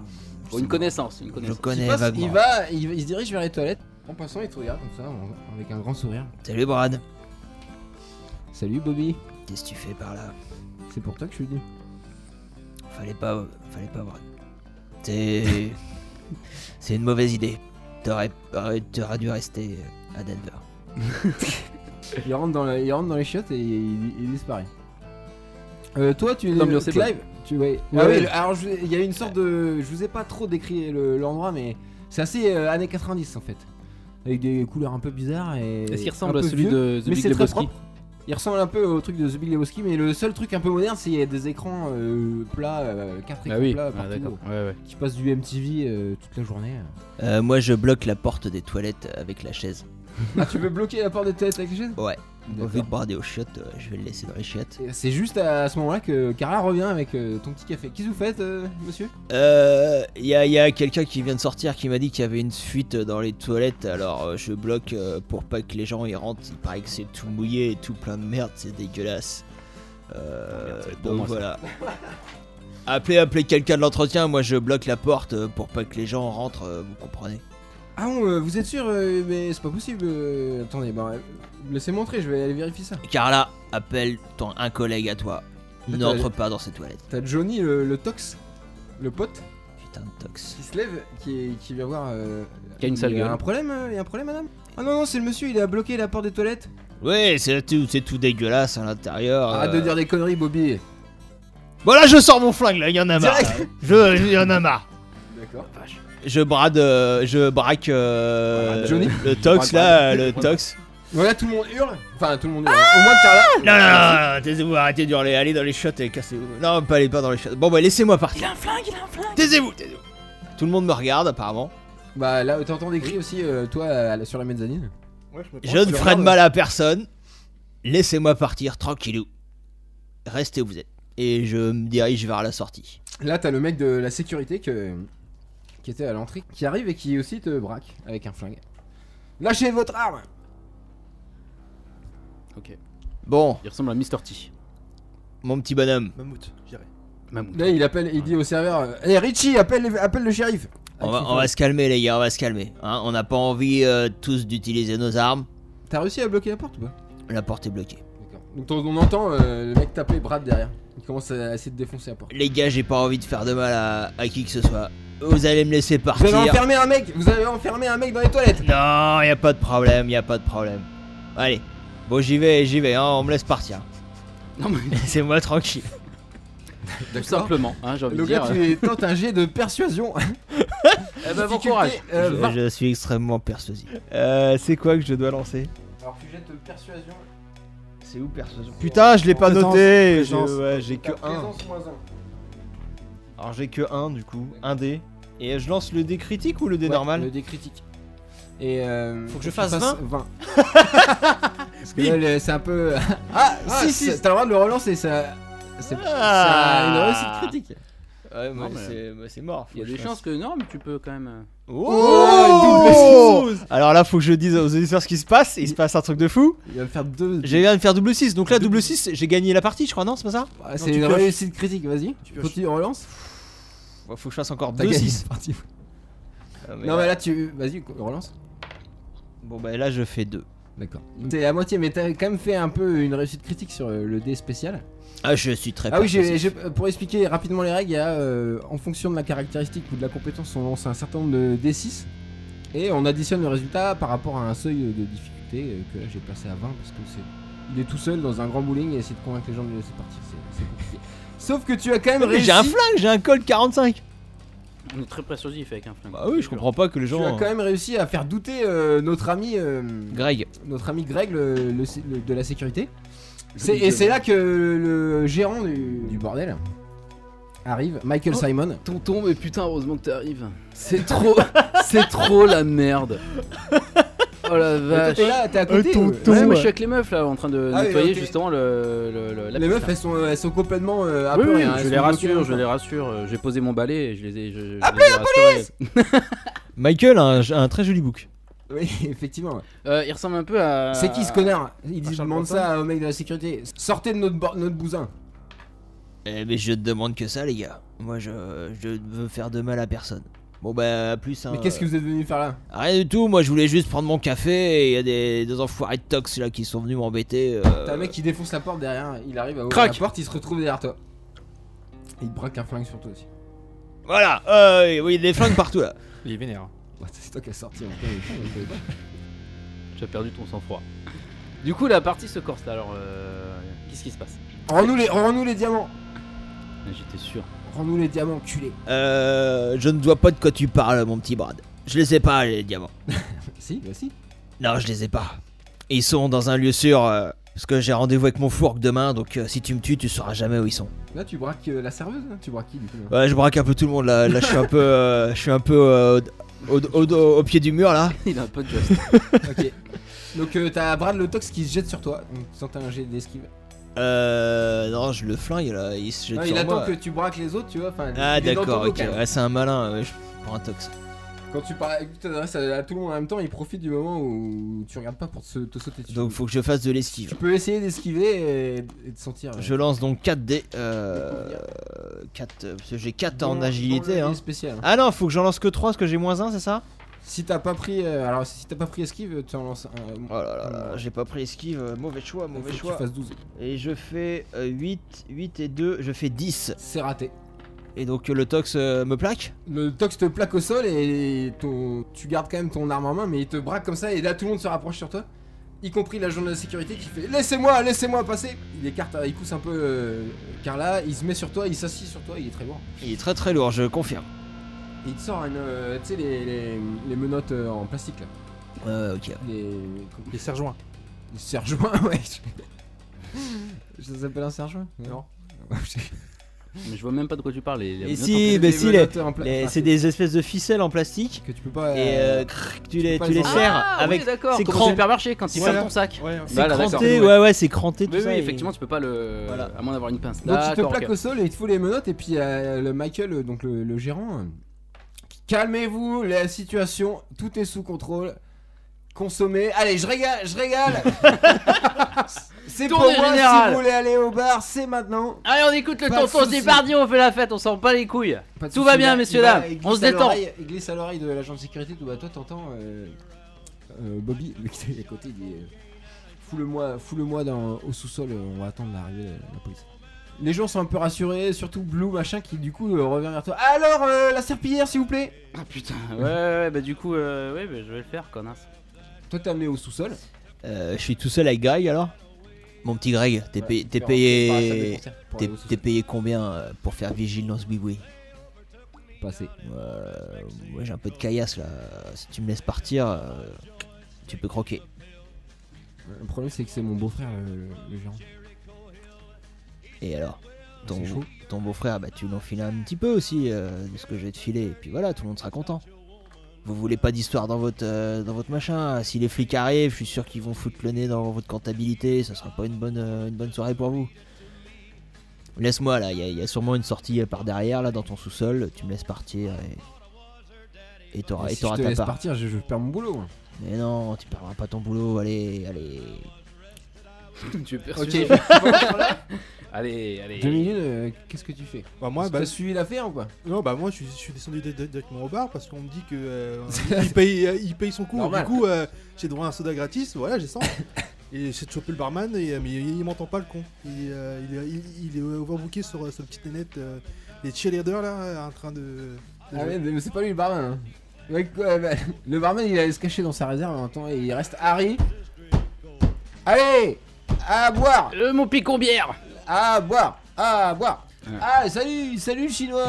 C: bon, une connaissance, une
B: Je
C: connaissance.
A: Il,
B: connais
A: passe,
B: vaguement.
A: il va, il, il se dirige vers les toilettes. En passant, il te regarde comme ça, en- avec un grand sourire.
B: Salut Brad.
A: Salut Bobby,
B: Qu'est-ce que tu fais par là
A: c'est pour toi que je suis venu.
B: Fallait pas, fallait pas Brad. C'est, c'est une mauvaise idée. T'aurais, aurais- t'aurais dû rester euh, à Denver.
A: Il rentre dans, la- il rentre dans les chiottes et il, il disparaît. Euh, toi, tu
C: Tant mieux, c'est
A: Clive, tu ouais.
C: Ouais,
A: Ah oui,
C: ouais.
A: le- alors je- il y a une sorte de, je vous ai pas trop décrit le- l'endroit, mais c'est assez euh, années 90 en fait, avec des couleurs un peu bizarres et.
C: Est-ce qu'il
A: un
C: ressemble à
A: peu
C: celui
A: vieux.
C: de The
A: mais
C: Big
A: c'est très
C: Lebowski
A: propre. Il ressemble un peu au truc de The Big Lebowski, mais le seul truc un peu moderne, c'est qu'il y a des écrans euh, plats, euh, quatre écrans
C: Bah oui,
A: plats
C: Ah,
A: partout,
C: d'accord. Ouais, ouais.
A: euh, qui passent du MTV euh, toute la journée.
B: Euh, moi, je bloque la porte des toilettes avec la chaise.
A: ah, tu veux bloquer la porte des toilettes avec les chaînes
B: Ouais.
A: D'accord.
B: Vu que Brad est aux chiottes, euh, je vais le laisser dans les chiottes.
A: Et C'est juste à ce moment-là que Carla revient avec euh, ton petit café. Qu'est-ce que vous faites, euh, monsieur
B: Euh, y a, y a quelqu'un qui vient de sortir qui m'a dit qu'il y avait une fuite dans les toilettes. Alors, euh, je bloque euh, pour pas que les gens y rentrent. Il paraît que c'est tout mouillé et tout plein de merde. C'est dégueulasse. Euh,
C: Merde, ça va être pour
B: donc
C: moi, ça.
B: voilà. appelez, appelez quelqu'un de l'entretien. Moi, je bloque la porte euh, pour pas que les gens rentrent. euh, vous comprenez
A: Ah bon, euh, vous êtes sûr euh, Mais c'est pas possible. euh, attendez, bah, euh, laissez-moi entrer, je vais aller vérifier ça.
B: Carla, appelle ton un collègue à toi.
A: Les
B: N'entre
A: toilettes.
B: pas dans ces toilettes.
A: T'as Johnny, le, le tox, le pote,
B: Putain de tox.
A: qui se lève, qui, est- qui vient voir. euh,
C: Qui a une sale
A: il y a
C: gueule.
A: un problème, euh, il y a un problème, madame Ah non, non, c'est le monsieur, il a bloqué la porte des toilettes.
B: Ouais, c'est tout, c'est tout dégueulasse à l'intérieur.
A: Arrête
B: euh.
A: de dire des conneries, Bobby.
B: Bon là, je sors mon flingue. Là, y en a marre.
A: Direct.
B: là. Je, je- y en a marre.
A: D'accord.
B: Je brade, euh, je braque euh,
A: Ah, Johnny.
B: le tox
A: Brad,
B: là, le tox.
A: Voilà, tout le monde hurle. Enfin, tout le monde hurle. Au moins Carla.
B: Non, non, non, non, taisez-vous, arrêtez d'hurler, allez dans les shots et cassez-vous. Non, pas aller pas dans les shots. Bon, bah laissez-moi partir. Il a un flingue, il a un flingue. Taisez-vous, taisez-vous. Tout le monde me regarde apparemment.
A: Bah là, t'entends des cris aussi, euh, toi, à la- sur la mezzanine.
B: Je ne ferai de mal à personne. Laissez-moi partir tranquillou. Restez où vous êtes. Et je me dirige vers la sortie.
A: Là, t'as le mec de la sécurité que... qui était à l'entrée, qui arrive et qui aussi te braque avec un flingue. Lâchez votre arme
C: Ok.
B: Bon,
C: Il ressemble à Mr. T.
B: mon petit bonhomme,
D: Mammouth, je dirais.
C: Mammouth.
A: Là, il appelle, il dit au serveur euh, Hé Richie, appelle, les- appelle le shérif
B: on
A: Ah,
B: va,
A: tu-
B: on va se calmer les gars, on va se calmer. hein. on n'a pas envie euh, tous d'utiliser nos armes.
A: T'as réussi à bloquer la porte ou pas
B: La porte est bloquée.
A: D'accord. Donc on on entend euh, le mec taper Brad derrière. Il commence à essayer de défoncer la porte.
B: Les gars, j'ai pas envie de faire de mal à, à qui que ce soit. Vous allez me laisser
A: Vous
B: partir.
A: avez enfermé un mec Vous avez enfermé un mec dans les toilettes
B: Non, y a pas de problème, y a pas de problème. Allez, bon j'y vais, j'y vais, hein, on me laisse partir.
C: Non, mais
B: Laissez-moi tranquille.
C: tout simplement, hein, j'ai envie de
A: Le gars,
C: dire.
A: tu es tente un jet de persuasion.
C: Eh ben, bon
A: Difficulté,
C: courage.
A: euh,
B: je,
A: vingt.
B: je suis extrêmement persuasif. Euh, c'est quoi que je dois lancer
A: Alors tu jettes euh, persuasion.
B: C'est où persuasion Putain, je l'ai pas
D: Présence,
B: noté. je-
D: présence.
B: ouais, J'ai que
A: T'as
B: 1.
A: présence moins un.
B: Alors j'ai que 1 du coup, un dé. Et je lance le dé critique ou le dé
A: Ouais,
B: normal
A: Le dé critique. Et euh,
B: Faut que je
A: tu
B: fasse
A: fasses
B: 20.
A: Parce que là, le- c'est un peu. ah,
B: si,
A: c'est-
B: si.
A: T'as le droit de le relancer, ça. C'est
B: Ah.
A: ça a une réussite critique.
B: Ouais,
C: Non,
B: Ah, mais
C: mais-
B: c'est- mais c'est mort.
C: Il y a des chances que non, mais tu peux quand même. euh,
B: Oh, Alors là, faut que je dise aux auditeurs ce qui se passe. Il se passe un truc de fou.
A: Il va me faire deux.
B: J'ai viens de faire double 6, donc là double 6, j'ai gagné la partie, je crois, non, c'est pas ça
A: Ah, C'est
D: Non, tu
A: une
D: pioches.
A: réussite critique, vas-y.
D: Tu pioches.
A: Continue, relance.
B: Ouais, Faut que je fasse encore
A: T'as
B: deux
A: gagné.
B: 6.
A: c'est parti. Non, mais là, tu. Vas-y, relance.
B: Ah, Bon bah là je fais 2.
A: D'accord.
B: Mm.
A: T'es à moitié, mais t'as quand même fait un peu une réussite critique sur euh, le dé spécial.
B: Ah je suis très
A: Ah oui, j'ai-
B: persuasif.
A: j'ai- pour expliquer rapidement les règles, il y a, euh, en fonction de la caractéristique ou de la compétence, on lance un certain nombre de D6 et on additionne le résultat par rapport à un seuil de difficulté euh, que là j'ai placé à 20 parce que c'est. Il est tout seul dans un grand bowling et essayer de convaincre les gens de le laisser partir, c'est c'est compliqué. Sauf que tu as quand même
B: Mais
A: réussi.
B: J'ai un flingue, j'ai un col 45.
C: On est très persuasif avec un flingue.
B: Bah oui, je comprends pas que les
A: tu
B: gens
A: as quand même réussi à faire douter euh, notre ami euh,
B: Greg.
A: notre ami Greg le- le- le- de la sécurité. C'est- et c'est là que le gérant du, du bordel arrive, Michael
C: Oh.
A: Simon.
C: Tonton, mais putain, heureusement que t'arrives. C'est trop, c'est trop la merde. Oh la
B: Euh,
A: Toi,
C: vache.
A: T'es là, t'es à côté. euh, ou-
C: Ouais, mais je suis avec les meufs là en train de
A: Ah oui,
C: nettoyer
A: ok.
C: justement le, le- le-
A: Les
C: la piste,
A: meufs,
C: là.
A: elles sont, elles sont complètement euh,
C: Oui,
A: apeurées,
C: oui,
A: hein, elles
C: je
A: sont
C: les
A: bloquées
C: rassure,
A: dans
C: je
A: le
C: les
A: coin.
C: rassure. euh, J'ai posé mon balai et je les ai. Je, je- je les ai rassurés.
B: Michael a un, un très joli bouc.
A: Oui, effectivement. ouais.
C: Euh, il ressemble un peu à.
A: C'est qui ce connard Ils
D: Charles
A: demandent ça au mec de la sécurité. Sortez de notre, bor- notre bousin.
B: Eh mais je te demande que ça les gars. Moi je, je veux faire de mal à personne. Bon bah à plus hein.
A: Mais
C: euh,
A: qu'est-ce que vous êtes venu faire là
B: Rien du tout, moi je voulais juste prendre mon café et il y a des, des enfoirés de tox là qui sont venus m'embêter. euh.
A: T'as un mec qui défonce la porte derrière, il arrive à ouvrir
B: Crac
A: la porte, il se retrouve derrière toi. Et il braque un flingue sur toi aussi.
B: Voilà, euh, oui, il y a des flingues partout là.
F: Il est vénère.
A: Bah, c'est toi qui as sorti hein. en fait.
C: Tu as perdu ton sang-froid. Du coup, la partie se corse là. Alors, euh, qu'est-ce qui se passe
A: Rends-nous les, rends-nous les diamants
C: Mais J'étais sûr.
A: Rends-nous les diamants, culé
B: Euh, je ne vois pas de quoi tu parles, mon petit Brad. Je les ai pas, les diamants.
A: Si, bah si.
B: Non, je les ai pas. Ils sont dans un lieu sûr, euh, parce que j'ai rendez-vous avec mon fourgue demain, donc euh, si tu me tues, tu sauras jamais où ils sont.
A: Là, tu braques euh, la serveuse là Tu braques qui du coup là
B: Ouais, je braque un peu tout le monde là. Là, je suis un peu, euh, je suis un peu euh, au, au- au- au pied du mur là.
C: Il a un peu de geste.
A: Ok. Donc, euh, t'as Brad le tox qui se jette sur toi. Donc, tu sens un jet d'esquive.
B: Euh, non, je le flingue là. Il se jette
A: Non,
B: sur
A: Ah, il attend
B: moi.
A: que tu braques les autres, tu vois. enfin,
B: Ah,
A: il est dans ton hein.
B: d'accord,
A: dos,
B: ok.
A: quand même.
B: Ouais, c'est un malin. ouais, je prends un tox.
A: Quand tu parles, tu t'adresses à, à tout le monde en même temps, il profite du moment où tu regardes pas pour te, te sauter dessus.
B: Donc, faut que je fasse de
A: tu
B: l'esquive.
A: peux essayer d'esquiver et, et de sentir. euh,
B: Je lance donc 4 dés. Euh,
A: Combien
B: 4, parce que j'ai 4
A: dans-
B: en
A: dans
B: agilité.
A: le
B: Hein.
A: spécial.
B: Ah non, faut que j'en lance que 3 parce que j'ai moins 1, c'est ça
A: Si t'as pas pris, euh, alors si t'as pas pris esquive, tu en lances un. euh,
B: Oh là là, là, j'ai pas pris esquive, euh, mauvais choix,
A: faut
B: mauvais
A: que tu
B: choix.
A: fasses 12.
B: Et je fais 8, 8 et 2, je fais 10.
A: C'est raté.
B: Et donc euh, le tox euh, me plaque
A: Le tox te plaque au sol et ton- tu gardes quand même ton arme en main, mais il te braque comme ça et là tout le monde se rapproche sur toi, y compris l'agent de la sécurité qui fait laissez-moi, laissez-moi passer. Il écarte, hein, il pousse un peu euh, Carla, il se met sur toi, il s'assied sur toi, il est très lourd.
B: Il est très très lourd, je confirme.
A: Et il te sort une, euh, tu sais les, les- les menottes euh, en plastique là,
B: Euh, ok.
A: les,
D: Les serre-joints.
A: les serre-joints, ouais. Ça s'appelle un serre-joint Non.
C: Mais je vois même pas de quoi tu parles. les- les
B: Et
C: menottes
B: si,
C: en-
B: bah si, les-
A: menottes en pla-
B: Les-
A: enfin,
B: C'est des espèces de ficelles en plastique.
A: que tu peux pas.
B: Et
A: euh,
B: euh, crrr, tu
A: peux
B: les,
A: pas
B: tu
A: les
B: les
A: enlever.
B: serres
C: Ah,
B: avec.
C: oui, d'accord.
B: c'est
C: Comme
B: cran-
C: au supermarché quand il
D: Voilà.
C: ferme ton sac.
D: Ouais,
B: C'est
C: Voilà, d'accord.
B: cranté, ouais, ouais, c'est cranté tout
C: Oui, oui,
B: ça. et-
C: effectivement, tu peux pas le.
B: Voilà.
C: À moins d'avoir une pince.
A: Donc tu te
C: D'accord,
A: plaques
C: ok.
A: au sol et il te faut les menottes et puis euh, le Michael, euh, donc le, le gérant, euh, calmez-vous, la situation, tout est sous contrôle. Consommez, allez, je régale, je régale. c'est pour
C: Tournée
A: moi si
C: générale.
A: vous voulez aller au bar, c'est maintenant.
C: Allez, on écoute le
A: Pas de
C: tonton
A: soucis.
C: Zébardi, on fait la fête, on s'en bat les couilles.
A: Pas de
C: Tout
A: soucis,
C: va bien,
A: il il
C: messieurs,
A: va,
C: dames,
A: il
C: on se
A: glisse à
C: détend.
A: l'oreille- Il glisse à l'oreille de l'agent de sécurité, tout bah toi t'entends euh, euh, Bobby, le qui était à côté, il dit euh, Fous-le-moi fous -le au sous-sol, euh, on va attendre l'arrivée de la police. Les gens sont un peu rassurés, surtout Blue machin qui du coup euh, revient vers toi. Alors euh, la serpillière s'il vous plaît
C: Ah putain. Ouais, ouais, ouais, bah du coup, euh, ouais, bah, je vais le faire, connasse.
A: Toi t'es amené au sous-sol.
B: Euh, je suis tout seul avec Greg alors. Mon petit Greg, t'es payé, t'es
A: Par- par la salle de
B: payé,
A: concert pour
B: t'es
A: aller au sous-sol.
B: t'es payé combien euh, pour faire vigile dans ce bigouille
A: Passé.
B: Euh, Moi j'ai un peu de caillasse là. Si tu me laisses partir, euh, tu peux croquer.
A: Le problème c'est que c'est mon beau-frère le, le, le gérant.
B: Et alors ton,
A: C'est chaud.
B: ton beau-frère, bah, tu l'enfiles un petit peu aussi euh, de ce que je vais te filer. Et puis voilà, tout le monde sera content. Vous voulez pas d'histoire dans votre, euh, dans votre machin. Si les flics arrivent, je suis sûr qu'ils vont foutre le nez dans votre comptabilité. Ça sera pas une bonne, euh, une bonne soirée pour vous. Laisse-moi là, il y, a- il y a sûrement une sortie euh, par derrière là dans ton sous-sol. Tu me laisses partir et. Et t'auras
A: Et si
B: et
A: je
B: t'auras
A: te
B: ta
A: laisse
B: part.
A: partir, je, je perds mon boulot. hein.
B: Mais non, tu perdras pas ton boulot, allez, allez.
C: tu perds.
A: Ok,
C: Ok. Allez, allez.
A: deux minutes, euh, qu'est-ce que tu fais
D: Bah, moi, bah,
A: T'as suivi l'affaire ou quoi
D: non, bah, moi je suis, je suis descendu dé- dé- directement au bar parce qu'on me dit que euh, il, paye, euh, il paye son cours.
A: Normal.
D: Du coup, euh, j'ai droit à un soda gratis. Voilà, j'ai 100. Et j'ai chopé le barman, et, euh, mais il, il m'entend pas le con. Il, euh, il, est- il- il est overbooké sur euh, ce petit nénette euh, des cheerleaders là, en train de. de
A: Ah
D: jouer.
A: ouais, mais c'est pas lui le barman. hein. Ouais, quoi, bah, le barman il allait se cacher dans sa réserve en même temps et il reste Harry. Allez À boire
C: Euh, mon picon bière.
A: À boire À boire
C: Ouais.
A: Ah salut Salut le chinois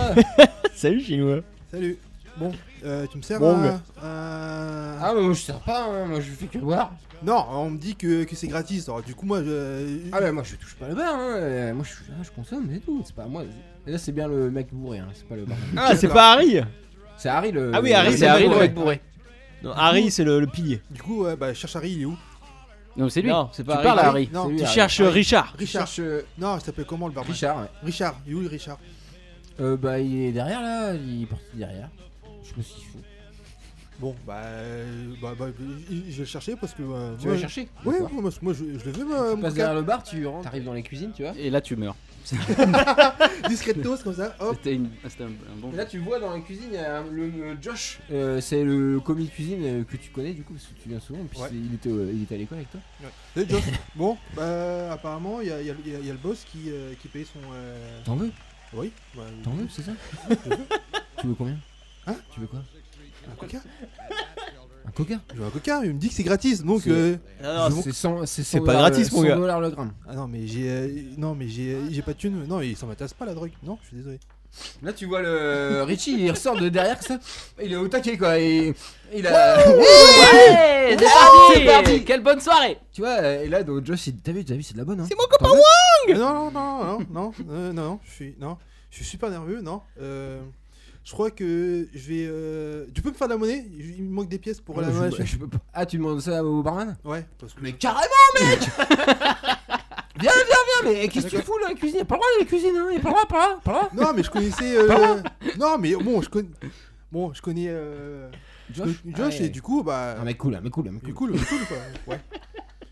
B: Salut chinois.
D: Salut. Bon, euh, tu me sers
B: Bon,
D: un-
B: mais-
D: un-
A: Ah mais moi je sers pas, hein, moi je fais que boire.
D: Non, on me dit que, que c'est gratis. Alors, du coup, moi, je.
A: Ah bah moi je touche pas le bar, hein. euh, moi je, suis là, je consomme et tout, c'est pas moi. Et là c'est bien le mec bourré, hein, c'est pas le barman.
B: Ah, c'est pas Harry
A: C'est Harry le...
B: Ah oui, Harry,
A: le-
B: c'est Harry,
A: le
B: le
A: bourré. Ah,
B: mec Non, Harry, c'est le, le pilier.
D: Du coup, ouais, bah, je cherche Harry, il est où
C: Non, c'est lui.
B: Non, c'est
C: tu
B: pas Harry.
C: parles à Harry.
D: Non, ah,
A: C'est lui,
B: Tu
A: Ah, Harry.
B: cherches euh, Richard.
A: Tu
D: Richard.
A: cherches, euh,
D: Non, il s'appelle comment le barman
A: Richard, ouais.
D: Richard. Il est où le Richard
A: Euh, bah il est derrière là, il est parti derrière. Je sais pas ce qu'il fout.
D: Bon, bah, euh, bah, bah, je je vais le chercher parce que. euh,
A: Tu vas
D: moi,
A: le chercher
D: Oui,
A: D'accord.
D: moi, moi, je, je le veux, moi,
A: Tu
D: mon
A: passes
D: coquin.
A: derrière le bar, tu rentres, t'arrives dans les cuisines, tu vois.
C: Et là, tu meurs.
D: Discretos, comme ça, hop.
C: C'était une- c'était un, un bon.
A: Et là, tu vois dans la cuisine, il y a le, le Josh, euh, c'est le commis de cuisine euh, que tu connais du coup, parce que tu viens souvent, puis
D: Ouais.
A: c'est- il, était, au- il était à l'école avec toi.
D: C'est Josh. bon, bah, apparemment, il y a, il y a- il y a- il y a le boss qui, euh, qui paye son. euh,
A: T'en veux
D: Oui, bah,
A: T'en veux, c'est ça Tu veux combien
D: Hein
A: Tu veux quoi
D: un coca.
A: Un coca
D: Je veux un coca, il me dit que c'est gratis, donc.
A: C'est-
D: euh,
B: Non, non,
A: Ah, C'est 100 C'est
B: c'est
A: 100
B: pas
A: dollars,
B: gratis,
A: euh,
B: mon
A: 100
B: gars.
A: dollars le gramme.
D: Ah non, mais j'ai. euh, Non, mais j'ai euh, j'ai pas de thune. Non, il s'en m'intéresse pas la drogue. Non, je suis désolé.
A: Là, tu vois le Richie, il ressort de derrière, ça. Il est au taquet quoi. Et, il a.
C: Ouais, c'est parti.
A: c'est parti.
C: Quelle bonne soirée.
A: tu vois, euh, et là, donc, Josh, il- t'as vu, t'as vu, c'est de la bonne. Hein.
B: C'est mon copain
A: T'en veux
D: Mais Ah non, non, non, non, non, euh, non, non, je suis, non, je suis super nerveux, non. Euh, je crois que je vais. euh, Tu peux me faire de la monnaie Il me manque des pièces pour la
A: Je-
D: monnaie.
A: je- je peux pas. Ah, tu demandes ça au barman
D: Ouais, parce que.
A: Mais carrément, mec Viens, viens, viens, mais qu'est-ce que tu fous là, la cuisine Y'a pas le droit de la cuisine, hein Y'a pas le droit, pas là, pas là
D: Non, mais je connaissais. euh, Non, mais bon, je connais. Bon, je connais. euh,
A: Josh,
D: Josh et du coup, bah.
A: Un mec cool, un mec cool, un mec
D: Du
A: cool.
D: coup, le cool quoi. Ouais.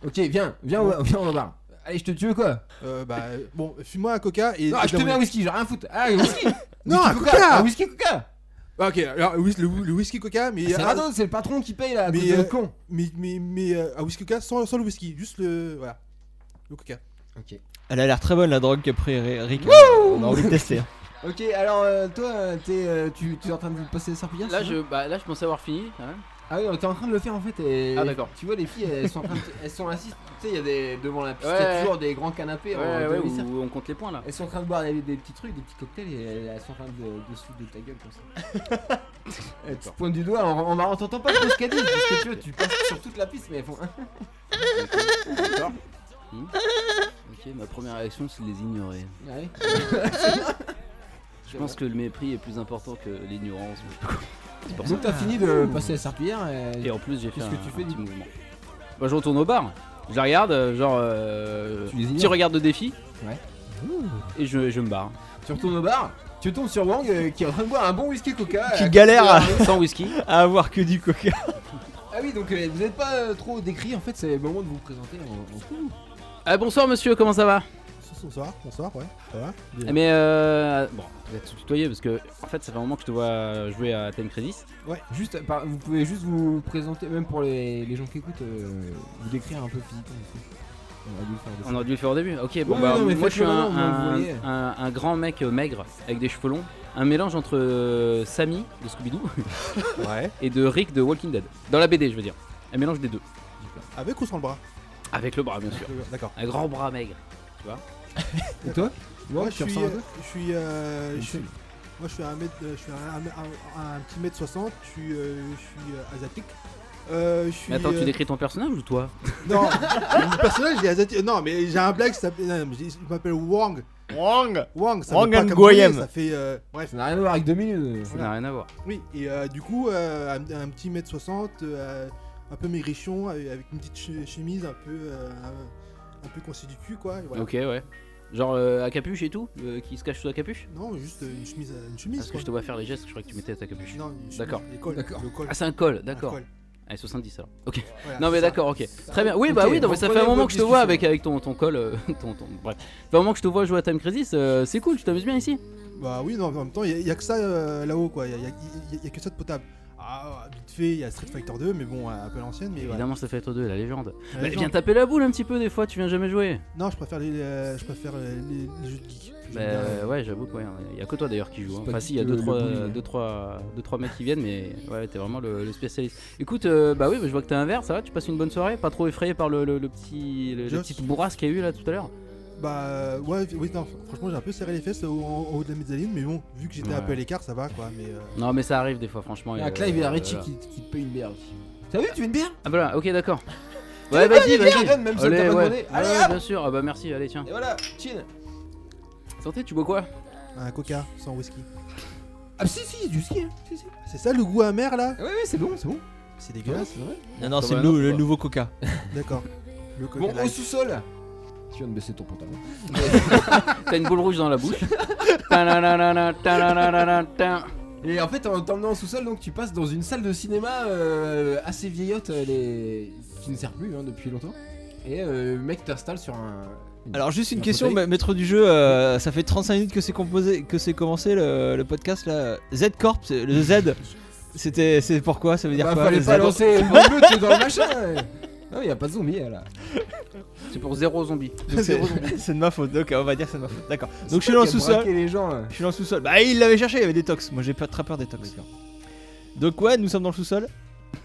A: Ok, viens, viens, on va- viens, on va au bar. Allez, je te tue quoi
D: Euh, bah, bon, fume-moi un coca et.
A: Non,
D: et de
A: je te
D: la
A: mets un
D: monnaie.
A: whisky, j'ai rien à foutre. Ah, un whisky
D: Non,
A: Whisky
D: un coca
A: Un whisky coca
D: Ah, Ok, alors le, whis- le- le whisky coca, mais.
A: C'est
D: ah,
A: Rado, c'est le patron qui paye là,
D: Mais,
A: euh, mais le
D: euh,
A: con
D: mais, mais, mais, euh, un whisky coca sans, sans le whisky, juste le. Voilà. Le coca.
A: Ok.
B: Elle a l'air très bonne la drogue qu'a pris Ri- Rick. On a envie de tester. hein.
A: Ok, alors euh, toi, euh, t'es, euh, tu, tu es en train de passer les serpillères
C: Là,
A: c'est ça
C: je, bah, là, je pensais avoir fini. hein.
A: Ah oui, non, t'es en train de le faire en fait. Et...
C: Ah, d'accord.
A: Tu vois, les filles, elles sont, en train de- elles sont assises. Tu sais, il y a des... devant la piste, il y a
C: Ouais.
A: toujours des grands canapés
C: Ouais,
A: en
C: ouais,
A: demi-cercle.
C: où on compte les points là.
A: Elles sont en train de boire des, des petits trucs, des petits cocktails et elles sont en train de, de se foutre de ta gueule comme ça. elles te pointent du doigt en, en marrant, t'entends pas trop ce qu'elles disent, parce que tu, vois, tu passes sur toute la piste mais elles font hein.
C: D'accord. Hmm. Ok, ma première réaction, c'est de les ignorer.
A: Ouais.
C: Je pense que le mépris est plus important que l'ignorance. ou je sais pas quoi. C'est pour ça.
A: Donc t'as fini de passer la serpillière et...
C: Et en plus, j'ai fait
A: Qu'est-ce
C: un,
A: que tu fais,
C: un
A: du
C: petit
A: coup
C: mouvement. Bah, je retourne au bar. Je la regarde, euh, genre. euh,
A: Tu les
C: petit
A: ignores.
C: regard de défi.
A: Ouais.
C: Et je, je me barre.
A: tu retournes au bar, tu tombes sur Wang euh, qui est en train de boire un bon whisky coca.
B: Qui
A: euh,
B: galère à,
C: Sans whisky.
B: à avoir que du coca.
A: Ah oui, donc euh, vous n'êtes pas euh, trop décrit, en fait c'est le moment de vous présenter. en- en-
C: Ah, bonsoir monsieur, comment ça va
D: Bonsoir, bonsoir, ouais. Ça va
C: Eh, Mais euh. Bon, vous êtes tutoyé parce que en fait, ça fait un moment que je te vois jouer à Time Crisis.
A: Juste, par- vous pouvez juste vous présenter, même pour les, les gens qui écoutent, euh, vous décrire un peu physiquement. aussi. On aurait dû le faire de
C: On aurait dû le faire au début. Ok, bon
A: Ouais,
C: bah,
A: non, mais
C: moi je suis
A: faites-le
C: un,
A: maintenant, vous
C: un,
A: voyez.
C: un- un grand mec euh, maigre avec des cheveux longs. Un mélange entre euh, Sammy de Scooby-Doo
D: Ouais.
C: et de Rick de Walking Dead. Dans la BD, je veux dire. Un mélange des deux.
D: Avec ou sans le bras
C: Avec le bras, bien sûr.
D: D'accord.
C: Un grand bras maigre.
A: Et toi
D: Moi,
A: Ouais,
D: je
A: tu
D: suis,
A: ressembles à toi
D: je suis, euh, je
A: Une
D: suis-
A: seule.
D: moi, je suis un mètre, euh, je suis un, un- un- un petit mètre 60. Je suis, euh, je suis euh, asiatique. Euh, je suis,
C: Mais attends,
D: euh,
C: tu décris ton personnage ou toi
D: Non, le personnage, il est asiatique. Non, mais j'ai un blague qui s'appelle, non, mais j'ai- il m'appelle Wang.
B: Wang
D: Wang, ça
B: Wang
D: fait pas comme
B: Nguyen.
D: lui, Ça fait, euh, bref.
A: Ça n'a rien à voir avec 2 minutes.
C: Ça n'a rien à voir.
D: Oui, et euh, du coup, euh, un, un petit mètre 60, euh, un peu maigrichon, avec, avec une petite che- chemise un peu, euh, un, un peu constituée, quoi. et voilà.
C: Ok, ouais. Genre euh, à capuche et tout euh, Qui se cache sous la capuche
D: Non, juste euh, une chemise, euh, une chemise.
C: Ah, Parce que
D: quoi.
C: je te vois faire les gestes, je croyais que tu mettais ta capuche.
D: Non, une chemise,
C: D'accord.
D: le col,
A: D'accord.
D: le col,
C: Ah, c'est un col,
D: un
C: d'accord.
D: col.
C: Allez, 70 alors. Ok.
D: Voilà,
C: Non, mais
D: c'est ça.
C: d'accord, ok.
D: Ça-
C: Très bien. Oui,
A: Ok,
C: bah oui, non, mais ça fait un
A: reprenez
C: moment
A: votre
C: que je te vois
A: discussion.
C: avec, avec ton, ton col. euh, ton, ton, bref. Ça fait un moment que je te vois jouer à Time Crisis. euh, c'est cool, tu t'amuses bien ici
D: Bah oui, non, mais en même temps, il n'y a, que ça euh, là-haut, quoi. Il n'y a, y a- y a que ça de potable. Ah, vite fait, il y a Street Fighter 2, mais bon, un peu l'ancienne. Mais voilà.
C: Évidemment, ça fait être deux, la légende.
D: La
C: Bah,
D: légende.
C: viens taper la boule un petit peu des fois, tu viens jamais jouer.
D: Non, je préfère les, euh, je préfère euh, les, les jeux de geek. J'aime
C: Bah
D: bien, euh,
C: ouais, j'avoue que ouais, il y a que toi d'ailleurs qui joue. hein.
A: C'est pas
C: Enfin, si, il y a
A: le-
C: deux
A: le
C: trois,
A: bully, hein.
C: deux, trois, deux, trois mecs qui viennent, mais ouais, t'es vraiment le, le spécialiste. Écoute, euh, bah oui, bah, je vois que t'as un verre, ça va, tu passes une bonne soirée, pas trop effrayé par le, le- le petit, le, la
D: Just.
C: petite bourrasse qu'il y a eu là tout à l'heure.
D: Bah euh, ouais, oui, non, franchement, j'ai un peu serré les fesses au- en en haut de la mezzanine, mais bon, vu que j'étais un
C: Ouais.
D: peu à l'écart, ça va, quoi. Mais euh,
C: Non, mais ça arrive des fois, franchement.
A: Il y
C: euh,
A: a Ah, Clive et
C: voilà.
A: Arechie qui, qui te paye une bière aussi. T'as vu, tu veux une bière
C: Ah voilà, ok, d'accord. Ouais, vas-y, vas-y.
A: Donne, même si on t'a
C: Allez,
A: pas
C: ouais.
A: demandé.
C: Ouais,
A: Allez,
C: ouais,
A: hop
C: bien sûr. Ah bah merci, allez, tiens.
A: Et voilà, chin.
C: Santé, tu bois quoi
D: un coca sans whisky.
A: Ah si, si, du ski. Hein. Si, si.
D: C'est ça le goût amer, là
A: Ah ouais, ouais, c'est bon, c'est bon.
D: C'est dégueulasse.
B: Non, non,
C: Comme
B: c'est
C: un
B: le, nou-
C: autre,
B: le
C: quoi.
B: nouveau coca.
D: D'accord. Le coca.
A: Bon, au
D: light.
A: sous-sol. Tu viens de baisser ton pantalon.
C: T'as une boule rouge dans la bouche. Ta-la-la-la-la, ta-la-la-la-la, ta.
A: Et en fait, en t'emmenant au sous-sol, donc tu passes dans une salle de cinéma euh, assez vieillotte, elle est- qui ne sert plus hein, depuis longtemps. Et euh, le mec t'installe sur un.
B: Alors juste une
A: Un
B: question,
A: fauteuil.
B: ma- maître du jeu, euh, ça fait 35 minutes que c'est composé, que c'est commencé le, le podcast là. Z Corp, c'est- le Z, c'était, c'est pourquoi Ça veut dire
A: bah,
B: quoi
A: fallait
B: le
A: pas
B: Z
A: lancer le bleu, t'es dans le machin. Non, y a pas de zombie là.
C: C'est pour zéro zombie.
B: Donc, c'est, c'est de ma faute. Donc on va dire que c'est de ma faute. D'accord. Donc je suis dans le sous-sol.
A: les gens. hein.
B: Je suis dans le sous-sol. Bah il l'avait cherché, il y avait des tox. Moi j'ai pas très peur des tox. Donc ouais, nous sommes dans le sous-sol.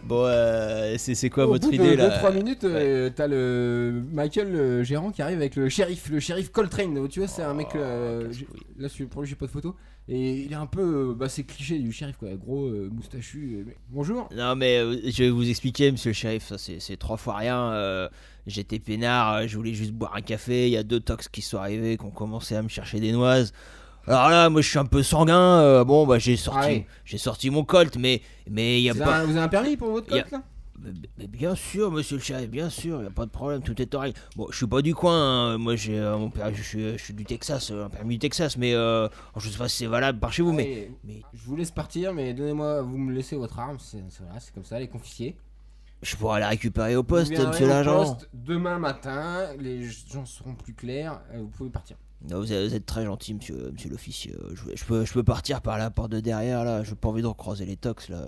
B: Bon, euh, c'est, c'est quoi
A: Au
B: votre
A: bout
B: idée
A: de
B: là
A: 3 minutes, euh, t'as le Michael le gérant qui arrive avec le shérif, le shérif Coltrane. Tu vois, c'est un mec.
B: Oh,
A: euh, j'ai- là, sur- pour lui, j'ai pas de photo. Et il est un peu. euh, Bah, c'est cliché du shérif quoi. Gros euh, moustachu. euh, mais- Bonjour.
B: Non mais euh, je vais vous expliquer monsieur le shérif, ça c'est c'est trois fois rien. euh, J'étais peinard, euh, je voulais juste boire un café, il y a deux tox qui sont arrivés, qui ont commencé à me chercher des noises. Alors là, moi je suis un peu sanguin, euh, bon bah j'ai sorti,
A: Ah ouais.
B: j'ai sorti mon colt, mais mais il y a
A: Vous avez
B: pas...
A: un- vous avez un permis pour votre
B: Y a-
A: coque là
B: Mais- mais bien sûr monsieur le shérif, bien sûr, il y a pas de problème, tout est oreille. Bon, je suis pas du coin, hein, moi j'ai euh, mon père, je suis, je suis du Texas, euh, un permis du Texas, mais euh, je sais pas si c'est valable par chez vous, mais...
A: Allez,
B: mais-
A: Je vous laisse partir, mais donnez-moi, vous me laissez votre arme, c'est c'est- voilà, c'est comme ça, elle est confisquée.
B: Je pourrais la récupérer au
A: Vous
B: poste,
A: viendrez
B: monsieur
A: au
B: l'agent.
A: poste Demain matin, les gens seront plus clairs, euh, vous pouvez partir.
B: Non, Ah, vous, êtes, vous êtes très gentil, monsieur, monsieur l'officier. Euh, Je, je peux, je peux partir par la porte de derrière, là. J'ai pas envie de croiser les tox, là. Euh,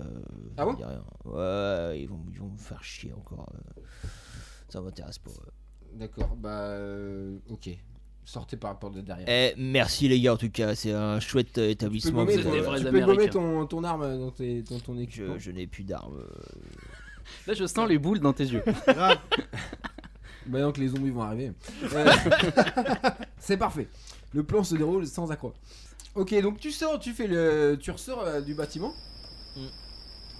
A: Ah
B: je
A: bon
B: dis rien. Ouais, ils vont, ils vont me faire chier encore. euh. Ça m'intéresse pas. ouais.
A: D'accord, bah euh, ok. Sortez par la porte de derrière.
B: Eh, merci les gars, en tout cas. C'est un chouette
A: tu
B: euh,
A: peux
B: établissement.
A: gommer,
B: vous
A: ton,
B: avez-
C: des vrais
A: tu peux gommer
C: Américains.
A: ton, ton arme dans, tes, dans ton équipement.
B: Je, je n'ai plus d'armes. euh.
C: Là, je sens les boules dans tes yeux.
D: Grave.
A: Maintenant que les zombies vont arriver. Euh, c'est parfait. Le plan se déroule sans accroc. Ok, donc tu sors, tu fais le, tu ressors euh, du bâtiment.
B: Mm.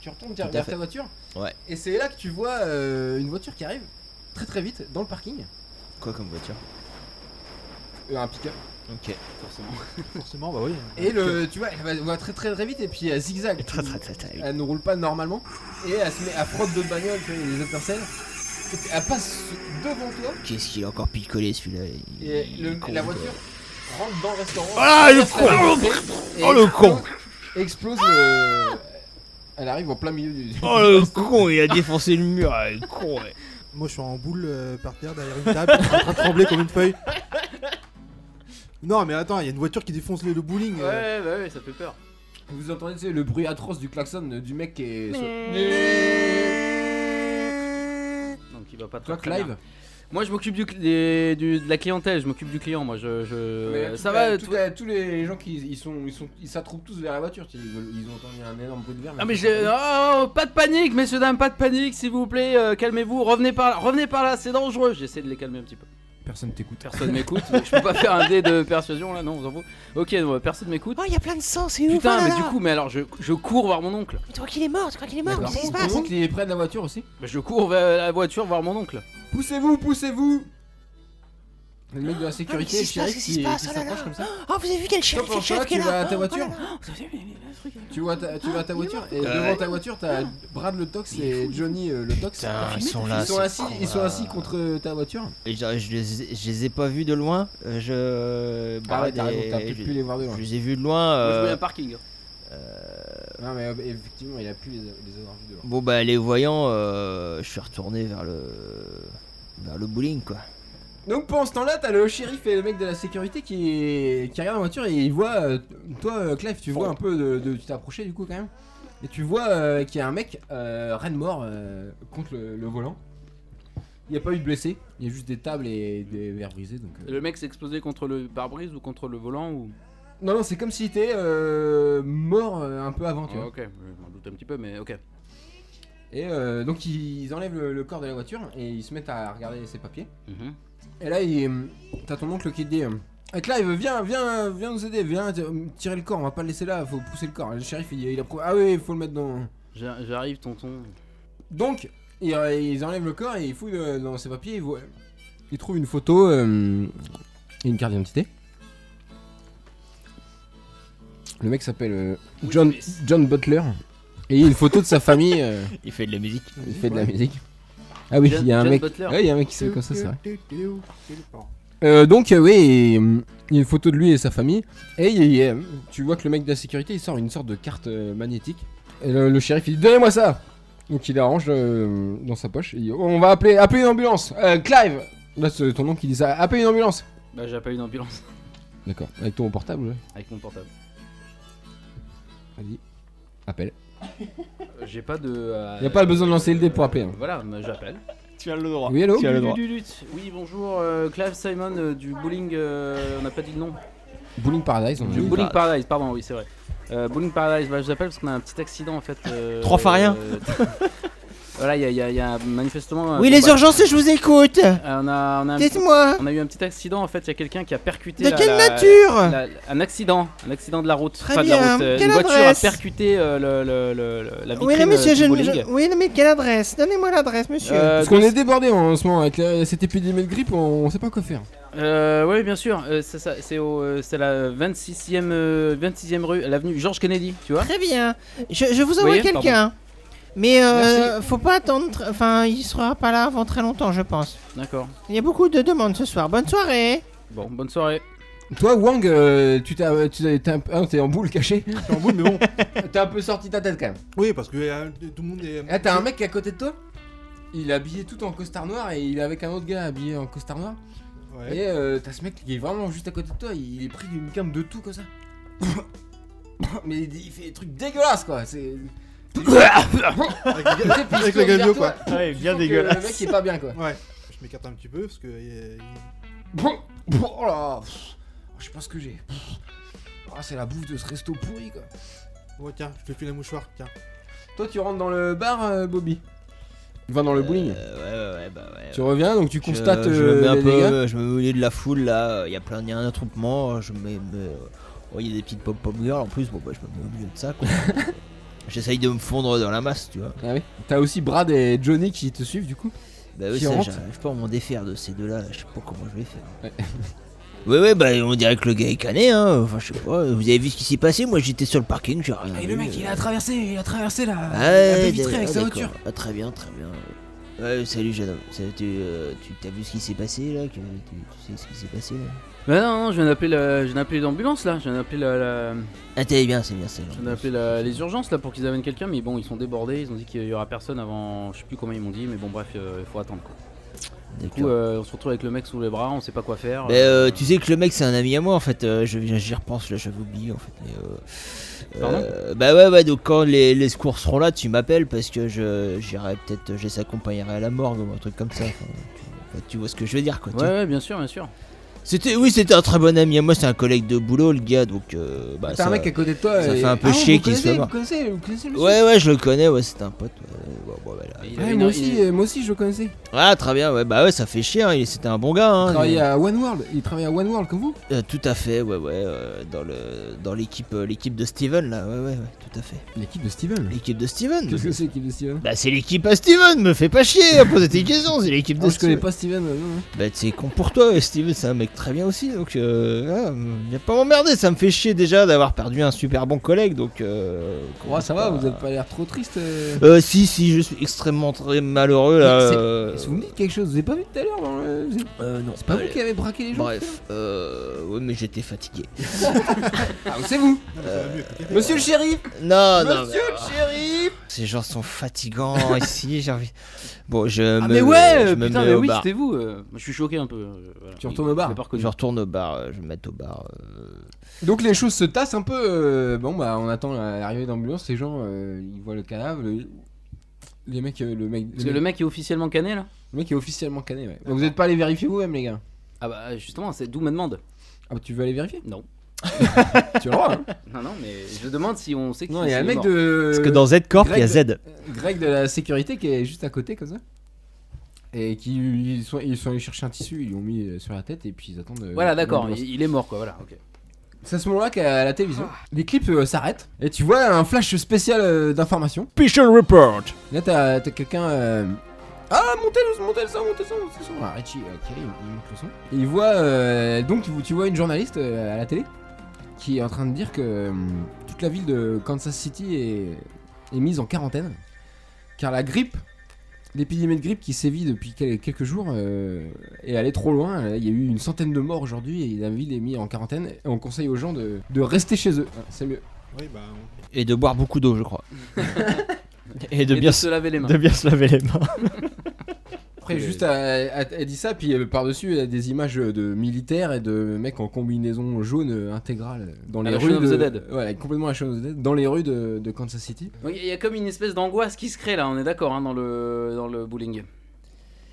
A: Tu retournes derrière
B: fait.
A: ta voiture.
B: Ouais.
A: Et c'est là que tu vois euh, une voiture qui arrive très très vite dans le parking.
B: Quoi comme voiture
A: Euh, un pick-up.
B: Ok.
C: forcément.
D: Forcément, bah oui.
A: Et le, tu vois, elle va, elle va très très très vite et puis elle zigzag.
B: Très, très, très, très vite.
A: Elle ne roule pas normalement et elle se met à frotte de bagnole, tu vois, il y a des intercelles. Et puis elle passe devant toi
B: Qu'est-ce qu'il a encore picolé celui-là Il-
A: et
B: il
A: le-
B: est con,
A: la
B: quoi.
A: voiture rentre dans le restaurant.
B: Ah, le
A: Traverse la
B: con
A: route et
B: Oh, le con
A: explose- Explose
F: Ah
A: le- Elle arrive en plein milieu du.
B: Oh le con, il a défoncé le mur, ah, le con. ouais.
D: Moi, je suis en boule euh, par terre derrière une table, en train de trembler comme une feuille. Non, mais attends, il y a une voiture qui défonce le, le bowling.
C: Ouais,
D: euh.
C: ouais, ouais, ouais, ça fait peur.
A: Vous entendez tu sais, le bruit atroce du klaxon euh, du mec qui est. sur-
C: Donc il va pas très,
A: Clock
C: très
A: live
C: bien. Moi je m'occupe du, cl- des- du- de la clientèle, je m'occupe du client. Moi je. je-
A: Mais tout-
C: ça
A: euh,
C: va.
A: tout-
C: tout-
A: euh, tous les gens qui ils sont ils sont ils s'attroupent tous vers la voiture. tu sais, Ils, veulent- ils ont entendu un énorme bruit de verre.
C: Ah mais
A: ils
C: j'ai
A: sont-
C: oh, pas de panique messieurs dames pas de panique s'il vous plaît euh, calmez-vous revenez par là revenez par là c'est dangereux j'essaie de les calmer un petit peu
A: Personne t'écoute.
C: personne m'écoute donc je peux pas faire un dé de persuasion là non vous en fout ok non, personne m'écoute
F: Oh, il y a plein de sang, c'est ouf.
C: putain
F: oh là
C: mais
F: là.
C: du coup mais alors je, je cours voir mon oncle
F: Mais tu crois qu'il est mort, tu crois qu'il est mort,
A: D'accord.
F: qu'est-ce qui se
A: Tout le
F: passe
A: monde qui est près de la voiture aussi.
C: Mais je cours vers la voiture voir mon oncle
A: Poussez-vous, poussez-vous. Le mec de la sécurité,
F: Ah, mais qu'est-ce
A: le
F: qui se passe,
A: shérif
F: qu'est-ce qui
A: qui
F: se passe,
A: qui
F: oh là
A: s'approche
F: là.
A: comme ça.
F: Oh, vous avez vu quel
A: Toi,
F: chef, quel
A: pour
F: chef
A: toi,
F: qui est
A: tu vas
F: là
A: à ta
F: Oh,
A: voiture.
F: oh là Ah, là.
A: Tu vois ta, tu vas à ta voiture et
B: Ouais.
A: devant ta voiture t'as
F: Ah.
A: Brad le Tox et Johnny euh, le Tox.
B: Putain, ils sont là.
A: ils sont
B: ces
A: assis,
B: cons,
A: ils sont
B: là.
A: assis contre euh, ta voiture.
B: Et Je, je les, ai- je les ai pas vus de loin. euh, Je.
A: Ah ouais, t'as
B: des-
A: raison, t'as peut-être
B: je-
A: pu les voir de loin.
B: Je les ai vus de loin.
C: Moi, je voulais
B: euh,
C: un parking
A: Non mais euh, effectivement, il a pu les, les avoir vus de loin.
B: Bon bah les voyant, euh, je suis retourné vers le vers le bowling quoi.
A: Donc pendant ce temps-là, t'as le shérif et le mec de la sécurité qui, qui regarde la voiture et il voit. euh, toi, euh, Clive, tu vois un peu de. de- tu t'es approché du coup quand même. Et tu vois euh, qu'il y a un mec, euh, reine mort, euh, contre le, le volant. Il n'y a pas eu de blessé, il y a juste des tables et des verres brisés. Donc, euh.
C: le mec s'est explosé contre le pare-brise ou contre le volant ou
A: Non, non, c'est comme s'il était euh, mort euh, un peu avant, tu
C: Ah,
A: vois.
C: ok je m'en doute un petit peu mais ok
A: Et euh, donc ils enlèvent le, le corps de la voiture et ils se mettent à regarder ses papiers.
C: Mhm.
A: Et là, il- t'as ton oncle qui te dit euh, Hey, Clive, viens, viens, viens nous aider, viens t- tirer le corps, on va pas le laisser là, faut pousser le corps. Le shérif, il, il a prouvé Ah oui, faut le mettre dans.
C: J'a- j'arrive tonton
A: Donc, ils, euh, ils enlèvent le corps et ils fouillent euh, dans ses papiers, ils, voient- ils trouvent une photo euh, et une carte d'identité. Le mec s'appelle euh,
C: Will
A: John,
C: Smith.
A: John Butler et il y a une photo de sa famille, euh,
B: Il fait de la musique.
A: il fait de la musique. Ah oui,
C: John-
A: il y a un
C: John
A: mec.
C: Butler.
A: Ouais, il y a un mec qui s'appelle comme ça, c'est vrai.
D: Bon.
A: Euh, donc euh, oui, et, hum, il y a une photo de lui et sa famille. Et il- il- euh, tu vois que le mec de la sécurité, il sort une sorte de carte euh, magnétique. Et le, le shérif, il dit donnez-moi ça. Donc il arrange euh, dans sa poche. Il dit, on va appeler, appeler une ambulance. Euh, Clive. Là, c'est ton nom qui dit ça. Appelez une ambulance.
C: bah j'appelle une ambulance
A: D'accord. Avec ton portable. ouais.
C: avec mon portable
A: Vas-y. Appelle.
C: Euh, j'ai pas de euh,
A: Y a pas besoin de lancer le dé pour appeler, hein.
C: voilà mais j'appelle
B: Tu as le droit.
A: Oui, allô.
B: Tu as le
C: Du-
B: droit.
C: du- du- du- Oui, bonjour, euh, Clive Simon euh, du Bowling. euh, on n'a pas dit le nom.
A: Bowling Paradise. On
C: Du
A: dit.
F: Bah,
C: Bowling Paradise, pardon, oui, c'est vrai. Euh, bowling Paradise, bah, je vous appelle parce qu'on a un petit accident en fait. euh,
B: Trois fois rien.
C: euh, voilà, il y, a- il y a- il y a manifestement. un
F: Oui, les
C: combat.
F: urgences, je vous écoute.
C: Euh, on, a, on, a un petit-
F: Dites-moi,
C: on a eu un petit accident en fait, il y a quelqu'un qui a percuté.
F: de
C: la-
F: quelle
C: la-
F: nature
C: la- Un accident, un accident de la route.
F: Très
C: Enfin, de la
F: bien,
C: route, euh,
F: quelle
C: une voiture
F: adresse
C: a percuté euh, le, le- le- le- la vitrine
F: Oui, là,
C: euh,
F: monsieur,
C: du
F: je ne.
C: bowling.
F: je- Oui, là, mais quelle adresse Donnez-moi l'adresse, monsieur.
C: Euh,
A: Parce qu'on est débordé en ce moment avec la- cette épidémie de grippe, on, on sait pas quoi faire.
C: Euh, oui, bien sûr. euh, c'est ça, c'est au, euh, c'est la 26e, euh, 26e rue, l'avenue Georges Kennedy, tu vois.
F: Très bien. Je, je vous
C: Vous
F: envoie
C: voyez,
F: quelqu'un. Mais euh, faut pas attendre. tr- Enfin, il sera pas là avant très longtemps, je pense.
C: D'accord.
F: Il y a beaucoup de demandes ce soir. Bonne soirée.
C: Bon, bonne soirée.
A: Toi, Wang, euh, tu t'as- tu t'es t'es un peu- ah, t'es en boule caché.
D: Je suis en boule, mais bon.
A: T'es un peu sorti ta tête quand même.
D: Oui, parce que euh, tout le monde est.
A: Ah, t'as un mec à côté de toi Il est habillé tout en costard noir et il est avec un autre gars habillé en costard noir.
D: Ouais.
A: Et euh, t'as ce mec qui est vraiment juste à côté de toi, il est pris d'une gamme de tout comme ça. Mais il, il fait des trucs dégueulasses quoi, c'est.
D: Avec le gars- avec le
A: la
D: gagnant, quoi.
B: Ouais, bien
A: Le mec il est pas bien quoi.
D: Ouais. Je m'écarte un petit peu parce que. euh, il-
A: oh là pff, Oh, Je sais pas ce que j'ai. Pff, Ah, c'est la bouffe de ce resto pourri quoi.
D: Ouais, tiens, je te file un mouchoir, tiens.
A: Toi, tu rentres dans le bar, euh, Bobby Enfin, dans le bowling.
B: Euh, ouais, ouais, ouais, bah ouais.
A: Tu reviens donc tu
B: Je-
A: constates
B: je,
A: euh,
B: me mets un
A: les
B: peu,
A: dégâts.
B: je me mets au milieu de la foule là. Il y a plein, il y a un attroupement. Je me mets, me- oh, il y a des petites pop pop girls en plus. Bon bah je me mets au milieu de ça. quoi. J'essaye de me fondre dans la masse, tu vois.
A: Ah oui. T'as aussi Brad et Johnny qui te suivent du coup.
B: Bah oui,
A: Qui
B: ça,
A: rentre.
B: j'arrive pas à m'en défaire de ces deux-là. Je sais pas comment je vais faire. Ouais, ouais, bah on dirait que le gars est cané, hein. Enfin, je sais pas. Vous avez vu ce qui s'est passé Moi, j'étais sur le parking, j'ai rien
G: Et
B: vu,
G: le mec, il
B: euh.
G: a traversé, il a traversé la,
B: Ah,
G: la baie
B: ouais,
G: vitrée avec
B: d'accord,
G: sa
B: d'accord.
G: voiture.
B: Ah, très bien, très bien. Ouais, salut, jeune homme. Ça, tu euh, tu- t'as vu ce qui s'est passé là Que- tu, tu sais ce qui s'est passé là
C: Bah non, non, je viens d'appeler la- je viens d'appeler l'ambulance là, je viens d'appeler la, la-
B: Ah, t'es bien, c'est bien, c'est
C: je viens d'appeler la- les urgences là pour qu'ils amènent quelqu'un, mais bon, ils sont débordés, ils ont dit qu'il y aura personne avant, je sais plus comment ils m'ont dit, mais bon, bref, euh, il faut attendre quoi. Du coup, euh, on se retrouve avec le mec sous les bras, on sait pas quoi faire.
B: Mais euh, tu sais que le mec c'est un ami à moi en fait, euh, je- j'y repense là, j'avais oublié en fait. mais, euh,
C: Pardon
B: euh, bah ouais, ouais, donc quand les, les secours seront là, tu m'appelles parce que je j'irai peut-être, je les accompagnerai à la morgue ou un truc comme ça. Enfin, tu, enfin, tu vois ce que je veux dire quoi. tu
C: Ouais, ouais, bien sûr, bien sûr.
B: vois. C'était, oui, c'était un très bon ami à moi, c'est un collègue de boulot le gars donc. euh, bah,
A: T'as un
B: ça-
A: mec à côté de toi.
B: ça
A: et-
B: fait un peu
A: Ah,
B: chier
A: vous
B: qu'il soit
A: connaissez,
B: mort.
A: Vous connaissez, vous connaissez le
B: Ouais, ouais, je le connais, ouais, c'était un pote. ouais, bon, bon, voilà.
C: Il
A: monsieur
C: avait
A: Ouais,
C: une-
A: moi
C: il-
A: aussi, euh, moi aussi je le connaissais.
B: Ah, très bien, ouais, bah ouais, ça fait chier, hein, il- c'était un bon gars.
A: Il
B: Hein,
A: travaillait à One World. Il travaillait à One World comme vous.
B: Euh, tout à fait, ouais, ouais, euh, dans le dans l'équipe euh, l'équipe de Steven là, ouais, ouais, ouais, tout à fait.
A: L'équipe de Steven.
B: L'équipe de Steven
A: Qu'est-ce que c'est l'équipe de Steven
B: Bah c'est l'équipe à Steven, me fais pas chier à poser tes questions, c'est l'équipe de
A: Ah, Je connais
B: Steven.
A: pas Steven. euh, non.
B: Bah c'est con pour toi, Steven c'est un mec très bien aussi, donc euh, ah, viens pas m'emmerder, ça me fait chier déjà d'avoir perdu un super bon collègue, donc... Euh,
A: Ouais, ça va,
B: comment-
A: vous avez pas l'air trop triste. euh.
B: Euh si si, je suis extrêmement très malheureux là.
A: Mais c'est- Est-ce
B: euh,
A: que Vous me dites quelque chose, vous avez pas vu tout à l'heure dans le- vous avez-
B: euh, non,
A: C'est pas vous
B: allez.
A: qui avez braqué les gens
B: Bref, euh, ouais mais j'étais fatigué.
A: Ah, c'est vous Monsieur le shérif
B: Non, non. Monsieur le shérif Ces gens sont fatigants ici, j'ai envie. Bon, je
C: Ah,
B: me.
C: mais ouais,
B: je
C: euh,
B: me
C: putain,
B: mets
C: mais
B: au
C: oui,
B: bar.
C: c'était vous. euh, je suis choqué un peu. euh, voilà.
A: Tu retournes au bar
C: Je l'ai pas reconnu.
B: Je retourne au bar, euh, je vais me mettre au bar. euh,
A: Donc les choses se tassent un peu. euh, bon, bah, on attend la- l'arrivée d'ambulance. Les gens, euh, ils voient le cadavre. le- Les mecs, euh, le mec, le,
C: Parce que
A: mec,
C: le mec est officiellement cané là
A: le mec est officiellement cané. ouais. Donc vous êtes pas allé vérifier vous-même, les gars
C: Ah bah justement, c'est d'où me demande.
A: Ah, bah, tu veux aller vérifier
C: Non.
A: Tu le droit, hein
C: Non, non, mais je demande si on sait qui
A: Non, il y a un
C: c'est le
A: mec
C: mort.
A: de.
B: Parce que dans Z Corp, il y a
A: Greg-
B: Z.
A: Greg de la sécurité qui est juste à côté comme ça. Et qui ils sont, ils sont allés chercher un tissu, ils l'ont mis euh, sur la tête et puis ils attendent. euh,
C: Voilà, d'accord,
A: l'ambulance.
C: il, il est mort quoi, voilà, ok.
A: C'est à ce moment-là qu'à la télévision, les clips euh, s'arrêtent et tu vois un flash spécial euh, d'information.
B: Special Report
A: Là, t'as t'as quelqu'un. euh, Ah, montez le, montez le son, montez le son, montez le son. Ah, Richie, ok, il, il monte le son. Et il voit. euh, donc, tu vois une journaliste euh, à la télé qui est en train de dire que hum, toute la ville de Kansas City est, est mise en quarantaine. Car la grippe, l'épidémie de grippe qui sévit depuis quel- quelques jours, euh, est allée trop loin. Il y a eu une centaine de morts aujourd'hui et la ville est mise en quarantaine. Et on conseille aux gens de, de rester chez eux. Ah, C'est mieux.
D: Oui, bah,
B: Et de boire beaucoup d'eau, je crois. Et de
C: Et
B: bien,
C: se
B: se...
C: laver les mains.
B: de bien se laver les mains.
A: Après, juste, elle, elle- elle dit ça, puis euh, par-dessus, elle a des images de militaires et de mecs en combinaison jaune euh, intégrale dans
C: À
A: les
C: la
A: rues
C: Shaun of
A: de
C: the Dead.
A: Ouais, complètement à Shaun of the Dead, dans les rues de, de Kansas City.
C: Donc, Il y a comme une espèce d'angoisse qui se crée là, on est d'accord, hein, dans, le, dans le bowling.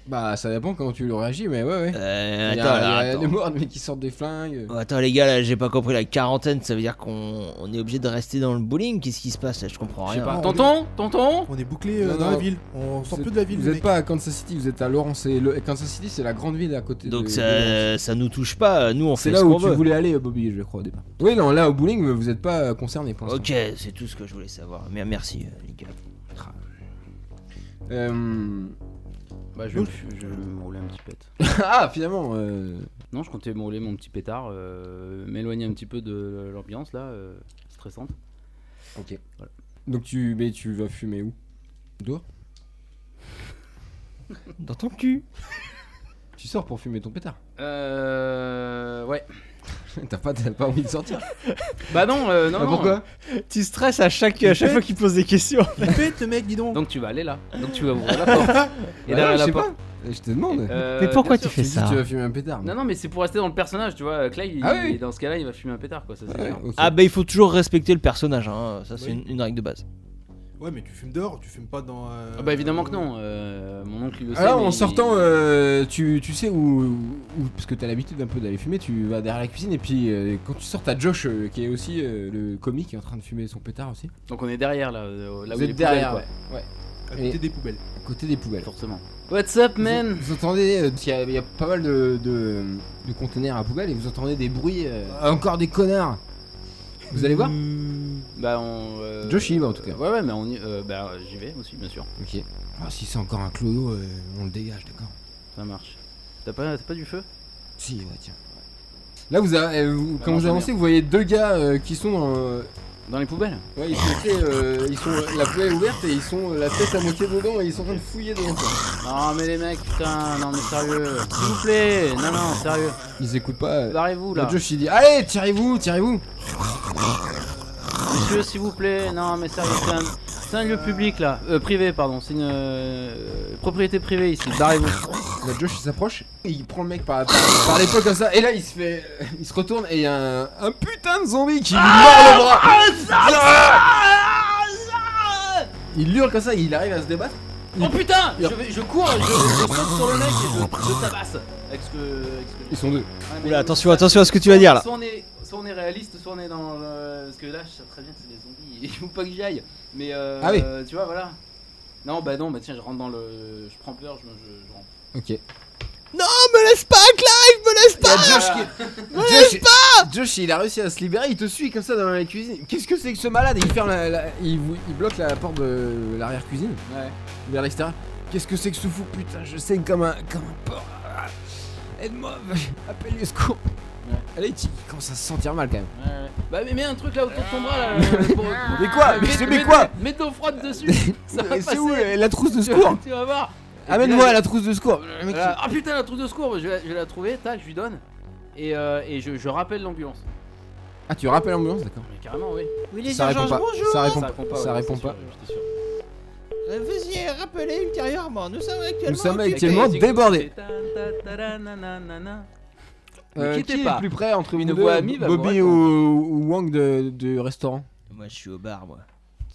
A: Bah, ça dépend comment tu le réagis, mais ouais, ouais.
B: Euh,
A: Il y
B: attends,
A: a-
B: alors,
A: il y a
B: attends.
A: des morts, des mecs qui sortent des flingues.
B: Oh, attends, les gars, là, j'ai pas compris. La quarantaine, ça veut dire qu'on on est obligé de rester dans le bowling Qu'est-ce qui se passe là Je comprends
C: Je sais
B: rien.
C: pas.
D: on
C: Tonton Tonton
D: on est bouclé euh,
A: Non,
D: dans
A: non,
D: la ville. On sort
A: vous
D: plus de la ville.
A: Vous
D: les
A: êtes
D: mecs.
A: pas à Kansas City, vous êtes à Lawrence. Et le- Kansas City, c'est la grande ville à côté de-
B: Donc
A: de
B: ça, ça nous touche pas, nous on
A: Euh, C'est
B: fait ce
A: là
B: qu'on
A: où tu
B: veut.
A: voulais aller, Bobby, je crois, au départ. Oui, non, là, au bowling, vous êtes pas euh, concerné
C: Oh,
A: pour l'instant.
B: Ok, c'est tout ce que je voulais savoir. Mer- Merci, euh, les gars.
A: Euh,
C: Bah je vais, me- je vais me rouler un petit pète.
A: ah, finalement. euh,
C: Non, je comptais me rouler mon petit pétard, euh, m'éloigner un petit peu de l'ambiance là, euh, stressante.
A: Ok. Donc tu, mais tu vas fumer où Dehors
B: Dans ton cul
A: Tu sors pour fumer ton pétard.
C: Euh... Ouais.
A: t'as pas, t'as pas envie de sortir.
C: Bah non, euh, non,
A: Ah,
C: non.
A: pourquoi
B: Tu stresses à chaque, à chaque fois qu'il pose des questions.
D: Il pète, le mec, dis donc.
C: Donc tu vas aller là. Donc tu vas ouvrir la porte. Et derrière la porte.
A: Ah, Je te demande.
C: Euh,
B: Mais pourquoi
C: bien
B: tu
C: sûr.
A: Tu
B: fais
A: dis
B: ça
A: que tu vas fumer un pétard.
C: Non, non, mais c'est pour rester dans le personnage, tu vois. Clay, il-
A: Ah oui.
C: il- dans ce cas-là, il va fumer un pétard, quoi. Ça, c'est
A: Ouais,
C: sûr.
A: ok.
B: Ah bah il faut toujours respecter le personnage, hein. ça c'est
D: Oui.
B: une, une règle de base.
D: Ouais, mais tu fumes dehors, tu fumes pas dans. euh,
C: Ah bah évidemment que non. euh, mon oncle, il le sait.
A: Alors
C: mais
A: Ah, en
C: il-
A: sortant, euh, tu, tu sais où, où- parce que t'as l'habitude un peu d'aller fumer, tu vas derrière la cuisine et puis euh, quand tu sors t'as Josh euh, qui est aussi euh, le comique qui est en train de fumer son pétard aussi.
C: Donc on est derrière, là. euh, là
A: Vous
C: où
A: êtes
C: il est
A: derrière,
C: poubelle,
A: ouais. ouais.
D: À côté
A: Et-
D: des poubelles.
A: À côté des poubelles.
C: Forcément. What's up, man
A: Vous, vous entendez, euh, il y, a- il y a pas mal de, de, de containers à poubelle et vous entendez des bruits, euh, encore des connards. Vous allez voir
C: Mm.
D: Hum.
C: Bah on. euh,
A: Josh, il y va, en tout cas.
C: Ouais, ouais, mais on y. euh, bah j'y vais aussi, bien sûr.
A: Ok. Ah, si c'est encore un clodo, euh, on le dégage, d'accord
C: Ça marche. T'as pas, t'as pas du feu
A: Si, ouais, tiens. Là, vous, a- euh, vous- quand
C: non,
A: vous
C: j'aime
A: avancez, vous voyez deux gars euh, qui sont. euh,
C: Dans les poubelles
A: ouais, ils sont, tu sais, euh, ils sont la poubelle est ouverte et ils sont euh, la tête à moitié dedans et ils sont en train de fouiller dedans. quoi.
C: Non, mais les mecs, putain, non, mais sérieux. S'il vous plaît, non, non, sérieux.
A: Ils écoutent pas. euh,
C: Barrez-vous là.
A: le Josh il dit Allez, tirez-vous, tirez-vous.
C: Monsieur, s'il vous plaît, non, mais sérieux, c'est un, c'est un lieu public là. Euh, privé, pardon, c'est une euh, propriété privée ici.
A: Bah,
C: Barrez-vous.
A: Là, Josh il s'approche, et il prend le mec par, par, par l'épaule comme ça, et là il se fait. euh, Il se retourne et il y a un, un putain de zombie qui lui mord le bras.
C: Ah,
A: Il hurle comme ça, il arrive à se débattre.
C: Oh putain je, vais- je cours, je, je saute sur le mec et je, je tabasse. Avec ce que. avec ce que-
A: Ils sont deux.
C: Ouais, mais-
B: Oula, attention, attention à ce que tu vas dire là.
C: Soit on est, soit on est réaliste, soit on est dans. le- Parce que là, je sais très bien que c'est des zombies. Il faut pas que j'y aille. Mais euh,
A: Ah oui.
C: tu vois, voilà. Non, bah non, bah tiens, je rentre dans le. Je prends peur, je, me- je, je rentre.
A: Ok.
B: Me laisse pas, Clive, me laisse
A: Il y a Josh
C: Voilà.
A: qui. Josh, Josh, il a réussi à se libérer, il te suit comme ça dans la cuisine. Qu'est-ce que c'est que ce malade Il ferme la, la- il, vous- il bloque la porte de l'arrière cuisine
C: Ouais.
A: vers l'extérieur. Qu'est-ce que c'est que ce fou Putain, je saigne comme un comme un porc. Ah. Aide-moi, appelle les secours.
C: Ouais.
A: Allez, il il commence à se sentir mal quand même.
C: Ouais, ouais. Bah mais mets un truc là autour de ton bras là. euh, pour-
A: Mais quoi
C: Mets-
A: Mais c'est- mais
C: mets-
A: quoi
C: Mets ton frotte dessus. Ça va
A: Mais C'est
C: passer.
A: où euh, la trousse de
C: Tu
A: secours
C: tu vas voir.
A: Amène-moi la trousse de secours. Le mec,
C: Voilà. Ah putain la trousse de secours, je vais, la- je vais la trouver, tac, je lui donne. Et, euh, et je, je rappelle l'ambulance.
A: il- Ah, tu rappelles l'ambulance, d'accord.
C: Mais carrément oui.
F: Oui, les
A: Ça répond
F: urgences,
A: pas.
F: bonjour
A: Ça répond
C: Ça
A: pas.
C: répond pas.
A: Ça
C: ouais,
A: répond
C: c'est sûr,
A: pas.
C: j'étais sûr.
F: Veuillez rappeler ultérieurement, nous sommes actuellement...
A: Nous sommes
F: occupés.
A: actuellement débordés. Euh,
C: Quittez
A: qui est
C: pas.
A: le plus près entre
C: Une
A: vous deux,
C: voix amie va vous
A: Bobby ou,
C: répondre.
A: ou Wang de, de restaurant
B: Moi, je suis au bar, moi.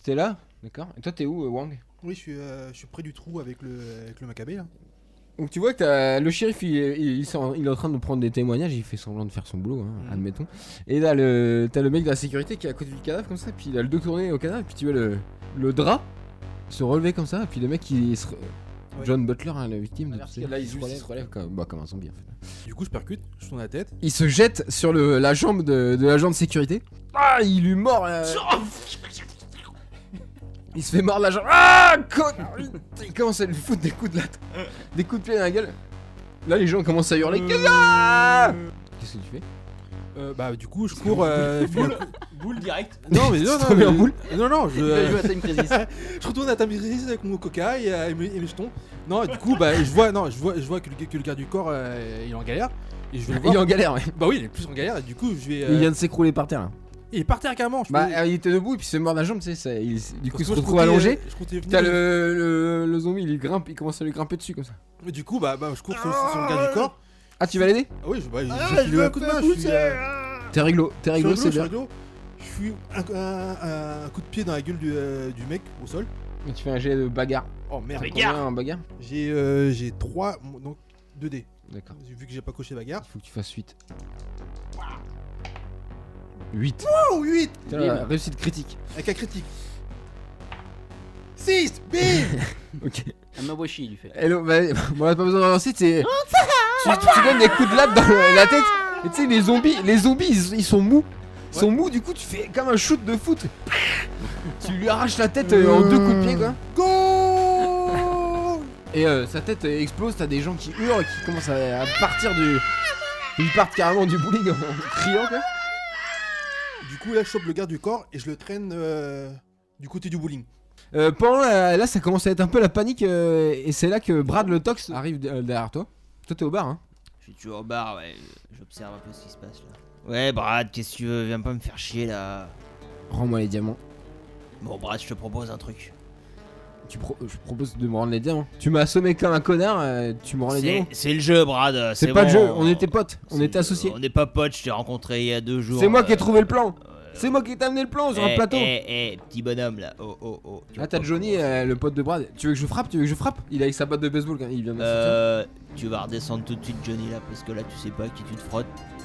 A: T'es là D'accord. Et toi, t'es où, euh, Wang
D: Oui, je suis, euh, je suis près du trou avec le, avec le Maccabée, là.
A: Donc tu vois que t'as- le shérif il, il- il s'en- il est en train de prendre des témoignages, il fait semblant de faire son boulot,
C: Mm.
A: hein, admettons. Et là le t'as le mec de la sécurité qui est à côté du cadavre comme ça, puis il a le dos tourné au cadavre, puis tu vois le, le drap se relever comme ça, puis le mec il se... re- John Butler, hein, la victime, de
C: Merci,
A: tout ça.
C: là, il se
A: Juste,
C: relève.
A: comme, bah, comme un zombie en fait.
D: Du coup, je percute, je tourne la tête.
A: Il se jette sur le, la jambe de, de l'agent de sécurité. Ah, il lui mord. la- Il se fait mordre la jambe. Ah, connard Il commence à lui foutre des coups de latte, des coups de pied dans la gueule. Là, les gens commencent à hurler.
C: Mmh.
A: Ah Qu'est-ce que tu fais
D: Euh, bah, du coup, je cours. euh,
B: Boule direct.
D: non, mais non,
A: C'est
D: non,
A: trop bien,
D: mais-
A: boule.
D: non, non, je, euh,
C: Il a joué à Time Crisis.
D: je retourne à Tamiris avec mon coca et, euh, et mes, et mes jetons. Non, et du coup, bah, je vois, non, je vois, je vois que, le, gars- que le gars du corps, euh, il est en galère. Et je vais le
A: Il est
D: voir.
A: en galère, ouais.
D: Bah oui, il est plus en galère. Et du coup, je vais. euh,
A: Il vient de s'écrouler par terre. là.
D: il est par terre carrément. Je
A: Bah,
D: peux-
A: euh, il était debout, et puis il se mord la jambe, tu sais. ça- il- du coup, il se
D: Parce que moi, je
A: retrouve
D: comptais,
A: allongé.
D: euh, Je comptais venir.
A: T'as le, le, le zombie, il grimpe, il commence à lui grimper dessus comme ça.
D: Et Du coup, bah, bah, je cours sur, sur le gars du corps.
A: Ah, tu vas l'aider
D: Ah oui, je, bah,
F: Ah,
D: je, je
F: je
D: file
F: veux
D: un coup de main.
F: pas
D: Je suis,
F: pousser,
D: euh,
A: T'es rigolo, t'es
D: Je suis
A: rigolo, c'est
D: rigolo, je suis
A: bien.
D: rigolo. Je suis un, un- un coup de pied dans la gueule du, euh, du mec au sol.
A: Et Tu fais un jet de bagarre.
D: Oh merde.
A: T'as combien en bagarre
D: J'ai euh, j'ai 3, donc 2 dés.
A: D'accord.
D: Vu que j'ai pas coché bagarre.
A: Il faut que tu fasses 8. 8.
D: Oh 8
C: Bim.
A: réussite critique.
D: Avec un critique. 6 Bim
A: Ok.
C: Un Mawashi il lui fait.
A: Hello, bah, bon, on a pas besoin d'en lancer, c'est. Tu, tu donnes des coups de latte dans le- la tête. Et tu sais, les zombies, les zombies ils, ils sont mous. Ils sont mous, du coup, tu fais comme un shoot de foot. tu lui arraches la tête euh, en deux coups de pied, quoi.
D: Go
A: Et euh, sa tête euh, explose, t'as des gens qui hurlent, qui commencent à, à partir du. Ils partent carrément du bowling en criant, quoi.
D: Du coup, là, je chope le garde du corps et je le traîne euh, du côté du bowling.
A: Euh, pendant la- là, ça commence à être un peu la panique, euh, et c'est là que Brad le Tox arrive de- euh, derrière toi. Toi, t'es au bar, hein.
B: Je suis toujours au bar, ouais. J'observe un peu ce qui se passe là. Ouais, Brad, qu'est-ce que tu veux Viens pas me faire chier là.
A: Rends-moi les diamants.
B: Bon, Brad, je te propose un truc.
A: Tu pro- je propose de me rendre les diamants. Tu m'as assommé comme un connard, euh, tu me rends les
B: C'est
A: diamants.
B: c'est le jeu, Brad.
A: C'est pas
B: bon.
A: le jeu, on était potes, on
B: C'est-
A: était associés.
B: On n'est pas potes, je t'ai rencontré il y a deux jours.
A: C'est moi qui ai
B: euh,
A: trouvé le plan.
B: euh,
A: C'est moi qui t'ai amené le plan sur
B: eh,
A: un plateau.
B: Eh, eh, petit bonhomme là. Oh, oh, oh. Tu
A: Là,
B: vas
A: t'as
B: pas
A: Johnny,
B: commencer.
A: euh, le pote de Brad. Tu veux que je frappe Tu veux que je frappe Il est avec sa batte de baseball quand il vient de sortir.
B: Euh, tu vas redescendre tout de suite, Johnny là, parce que là, tu sais pas à qui tu te frottes.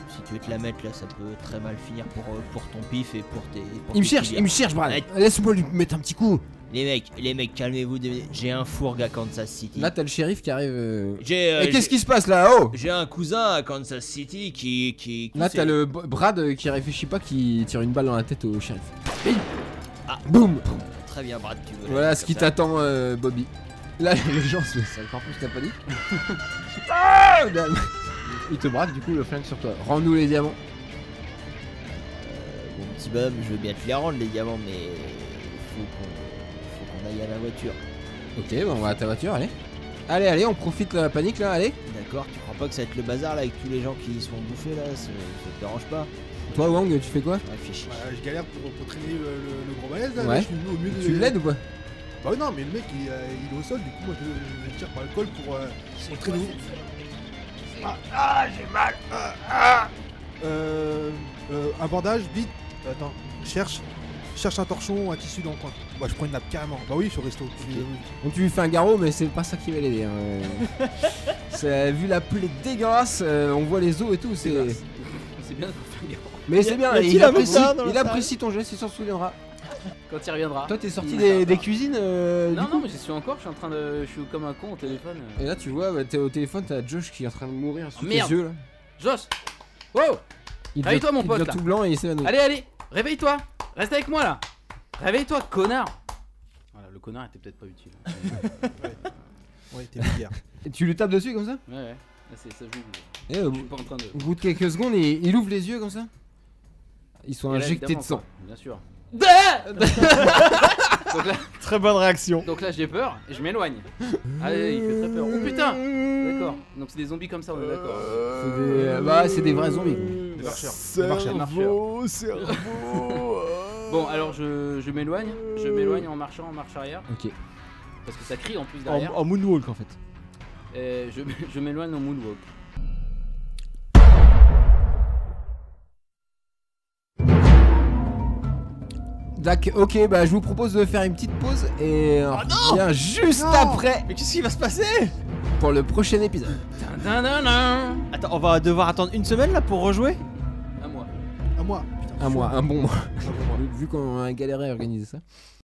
B: Si tu veux te la mettre là, ça peut très mal finir pour, euh, pour ton pif et pour tes. pour
A: Il me
B: tes
A: cherche,
B: filières.
A: il me cherche, Brad.
B: Ouais.
A: Laisse-moi lui mettre un petit coup.
B: Les mecs, les mecs, calmez-vous. des- J'ai un fourgue à Kansas City.
A: Là, t'as le shérif qui arrive. euh,
B: J'ai. euh,
A: Et qu'est-ce
B: j'ai-
A: qui se passe là Oh
B: J'ai un cousin à Kansas City qui. qui, qui
A: Là,
B: s'est-
A: t'as le b- Brad euh, qui réfléchit pas, qui tire une balle dans la tête au shérif.
B: Ah.
A: Boum
B: Très bien, Brad, tu veux. la
A: Voilà
B: mettre
A: ce
B: comme
A: qui
B: ça.
A: t'attend, euh, Bobby. Là, les gens se. C'est encore plus la panique. Ah Il te braque du coup le flingue sur toi. Rends-nous les diamants.
B: Mon petit Bob, je veux bien te les rendre, les diamants, mais faut qu'on faut qu'on aille à la voiture.
A: Ok, bah on va à ta voiture, allez. Allez, allez, on profite de la panique là, allez.
B: D'accord, tu crois pas que ça va être le bazar là avec tous les gens qui se font bouffer là Ça ça te dérange pas
A: Toi, Wang, tu fais quoi
B: Ouais, fais chier.
D: Bah, je galère pour, pour traîner le, le- le gros balèze là,
A: Ouais.
D: mais je suis au milieu de-
A: Tu l'aides ou pas
D: Bah non, mais le mec il, euh, il est au sol, du coup moi je, je le tire par le col pour, euh, pour traîner. au- Ah, ah, j'ai mal ah, ah. Euh, euh, Un bandage, vite Attends, cherche cherche un torchon, un tissu dans le coin. Bah je prends une nappe carrément. Bah oui, je suis au resto. Je suis-
A: Donc tu lui fais un garrot, mais c'est pas ça qui va l'aider. hein. C'est- vu la plaie dégueulasse, euh, on voit les os et tout. C'est.
C: C'est bien de faire gaffe.
A: Mais c'est bien.
B: Y a-t-il
A: Il
B: un médecin
A: apprécie,
B: dans la
A: il
B: salle
A: apprécie ton geste, il s'en souviendra.
C: Quand il reviendra.
A: Toi, t'es sorti
C: Il
A: des,
C: reviendra.
A: des cuisines. euh, du
C: Ah, Non,
A: coup
C: non, mais j'y suis encore, je suis en train de. Je suis comme un con au téléphone.
A: Et là, tu vois, bah, t'es au téléphone, t'as Josh qui est en train de mourir sous
C: Oh,
A: tes
C: merde.
A: yeux là.
C: Joss Wow
A: Il
C: Réveille-toi,
A: devient-
C: mon
A: il
C: pote,
A: devient
C: là.
A: tout blanc et il s'évanouit.
C: Allez, allez Réveille-toi Reste avec moi là Réveille-toi, connard Voilà, le connard était peut-être pas utile. hein.
D: Ouais, t'es vulgaire.
A: Et Tu le tapes dessus comme ça
C: ouais, ouais. Là, c'est ça joue.
A: Et Eh, au
C: Je suis
A: bout-
C: pas en train de.
A: au bout de quelques secondes, il, il ouvre les yeux comme ça. Ils sont
C: Et là,
A: injectés de
C: évidemment,
A: sang.
C: quoi, Bien sûr.
B: Très bonne réaction.
C: Donc là, j'ai peur et je m'éloigne. Allez, il fait très peur. Oh putain D'accord. Donc c'est des zombies comme ça, on est d'accord.
B: Euh,
A: C'est des- Bah, c'est des vrais zombies. quoi.
D: Des marcheurs. Des marcheurs.
B: Cerveau, cerveau. euh.
C: Bon, alors je, je m'éloigne. Je m'éloigne en marchant, en marche arrière.
A: Ok.
C: Parce que ça crie en plus
B: En,
C: derrière.
B: en moonwalk en fait.
C: Et je je m'éloigne en moonwalk.
A: D'accord, ok, bah je vous propose de faire une petite pause et euh,
C: Ah
A: on revient juste après
B: Mais qu'est-ce qui va se passer
A: pour le prochain épisode.
C: Dun, dun, dun, dun.
B: Attends, on va devoir attendre une semaine là pour rejouer
C: À moi.
D: À moi, putain.
A: Un mois, un bon mois.
D: Ah, pour moi.
A: Vu qu'on a galéré à organiser ça.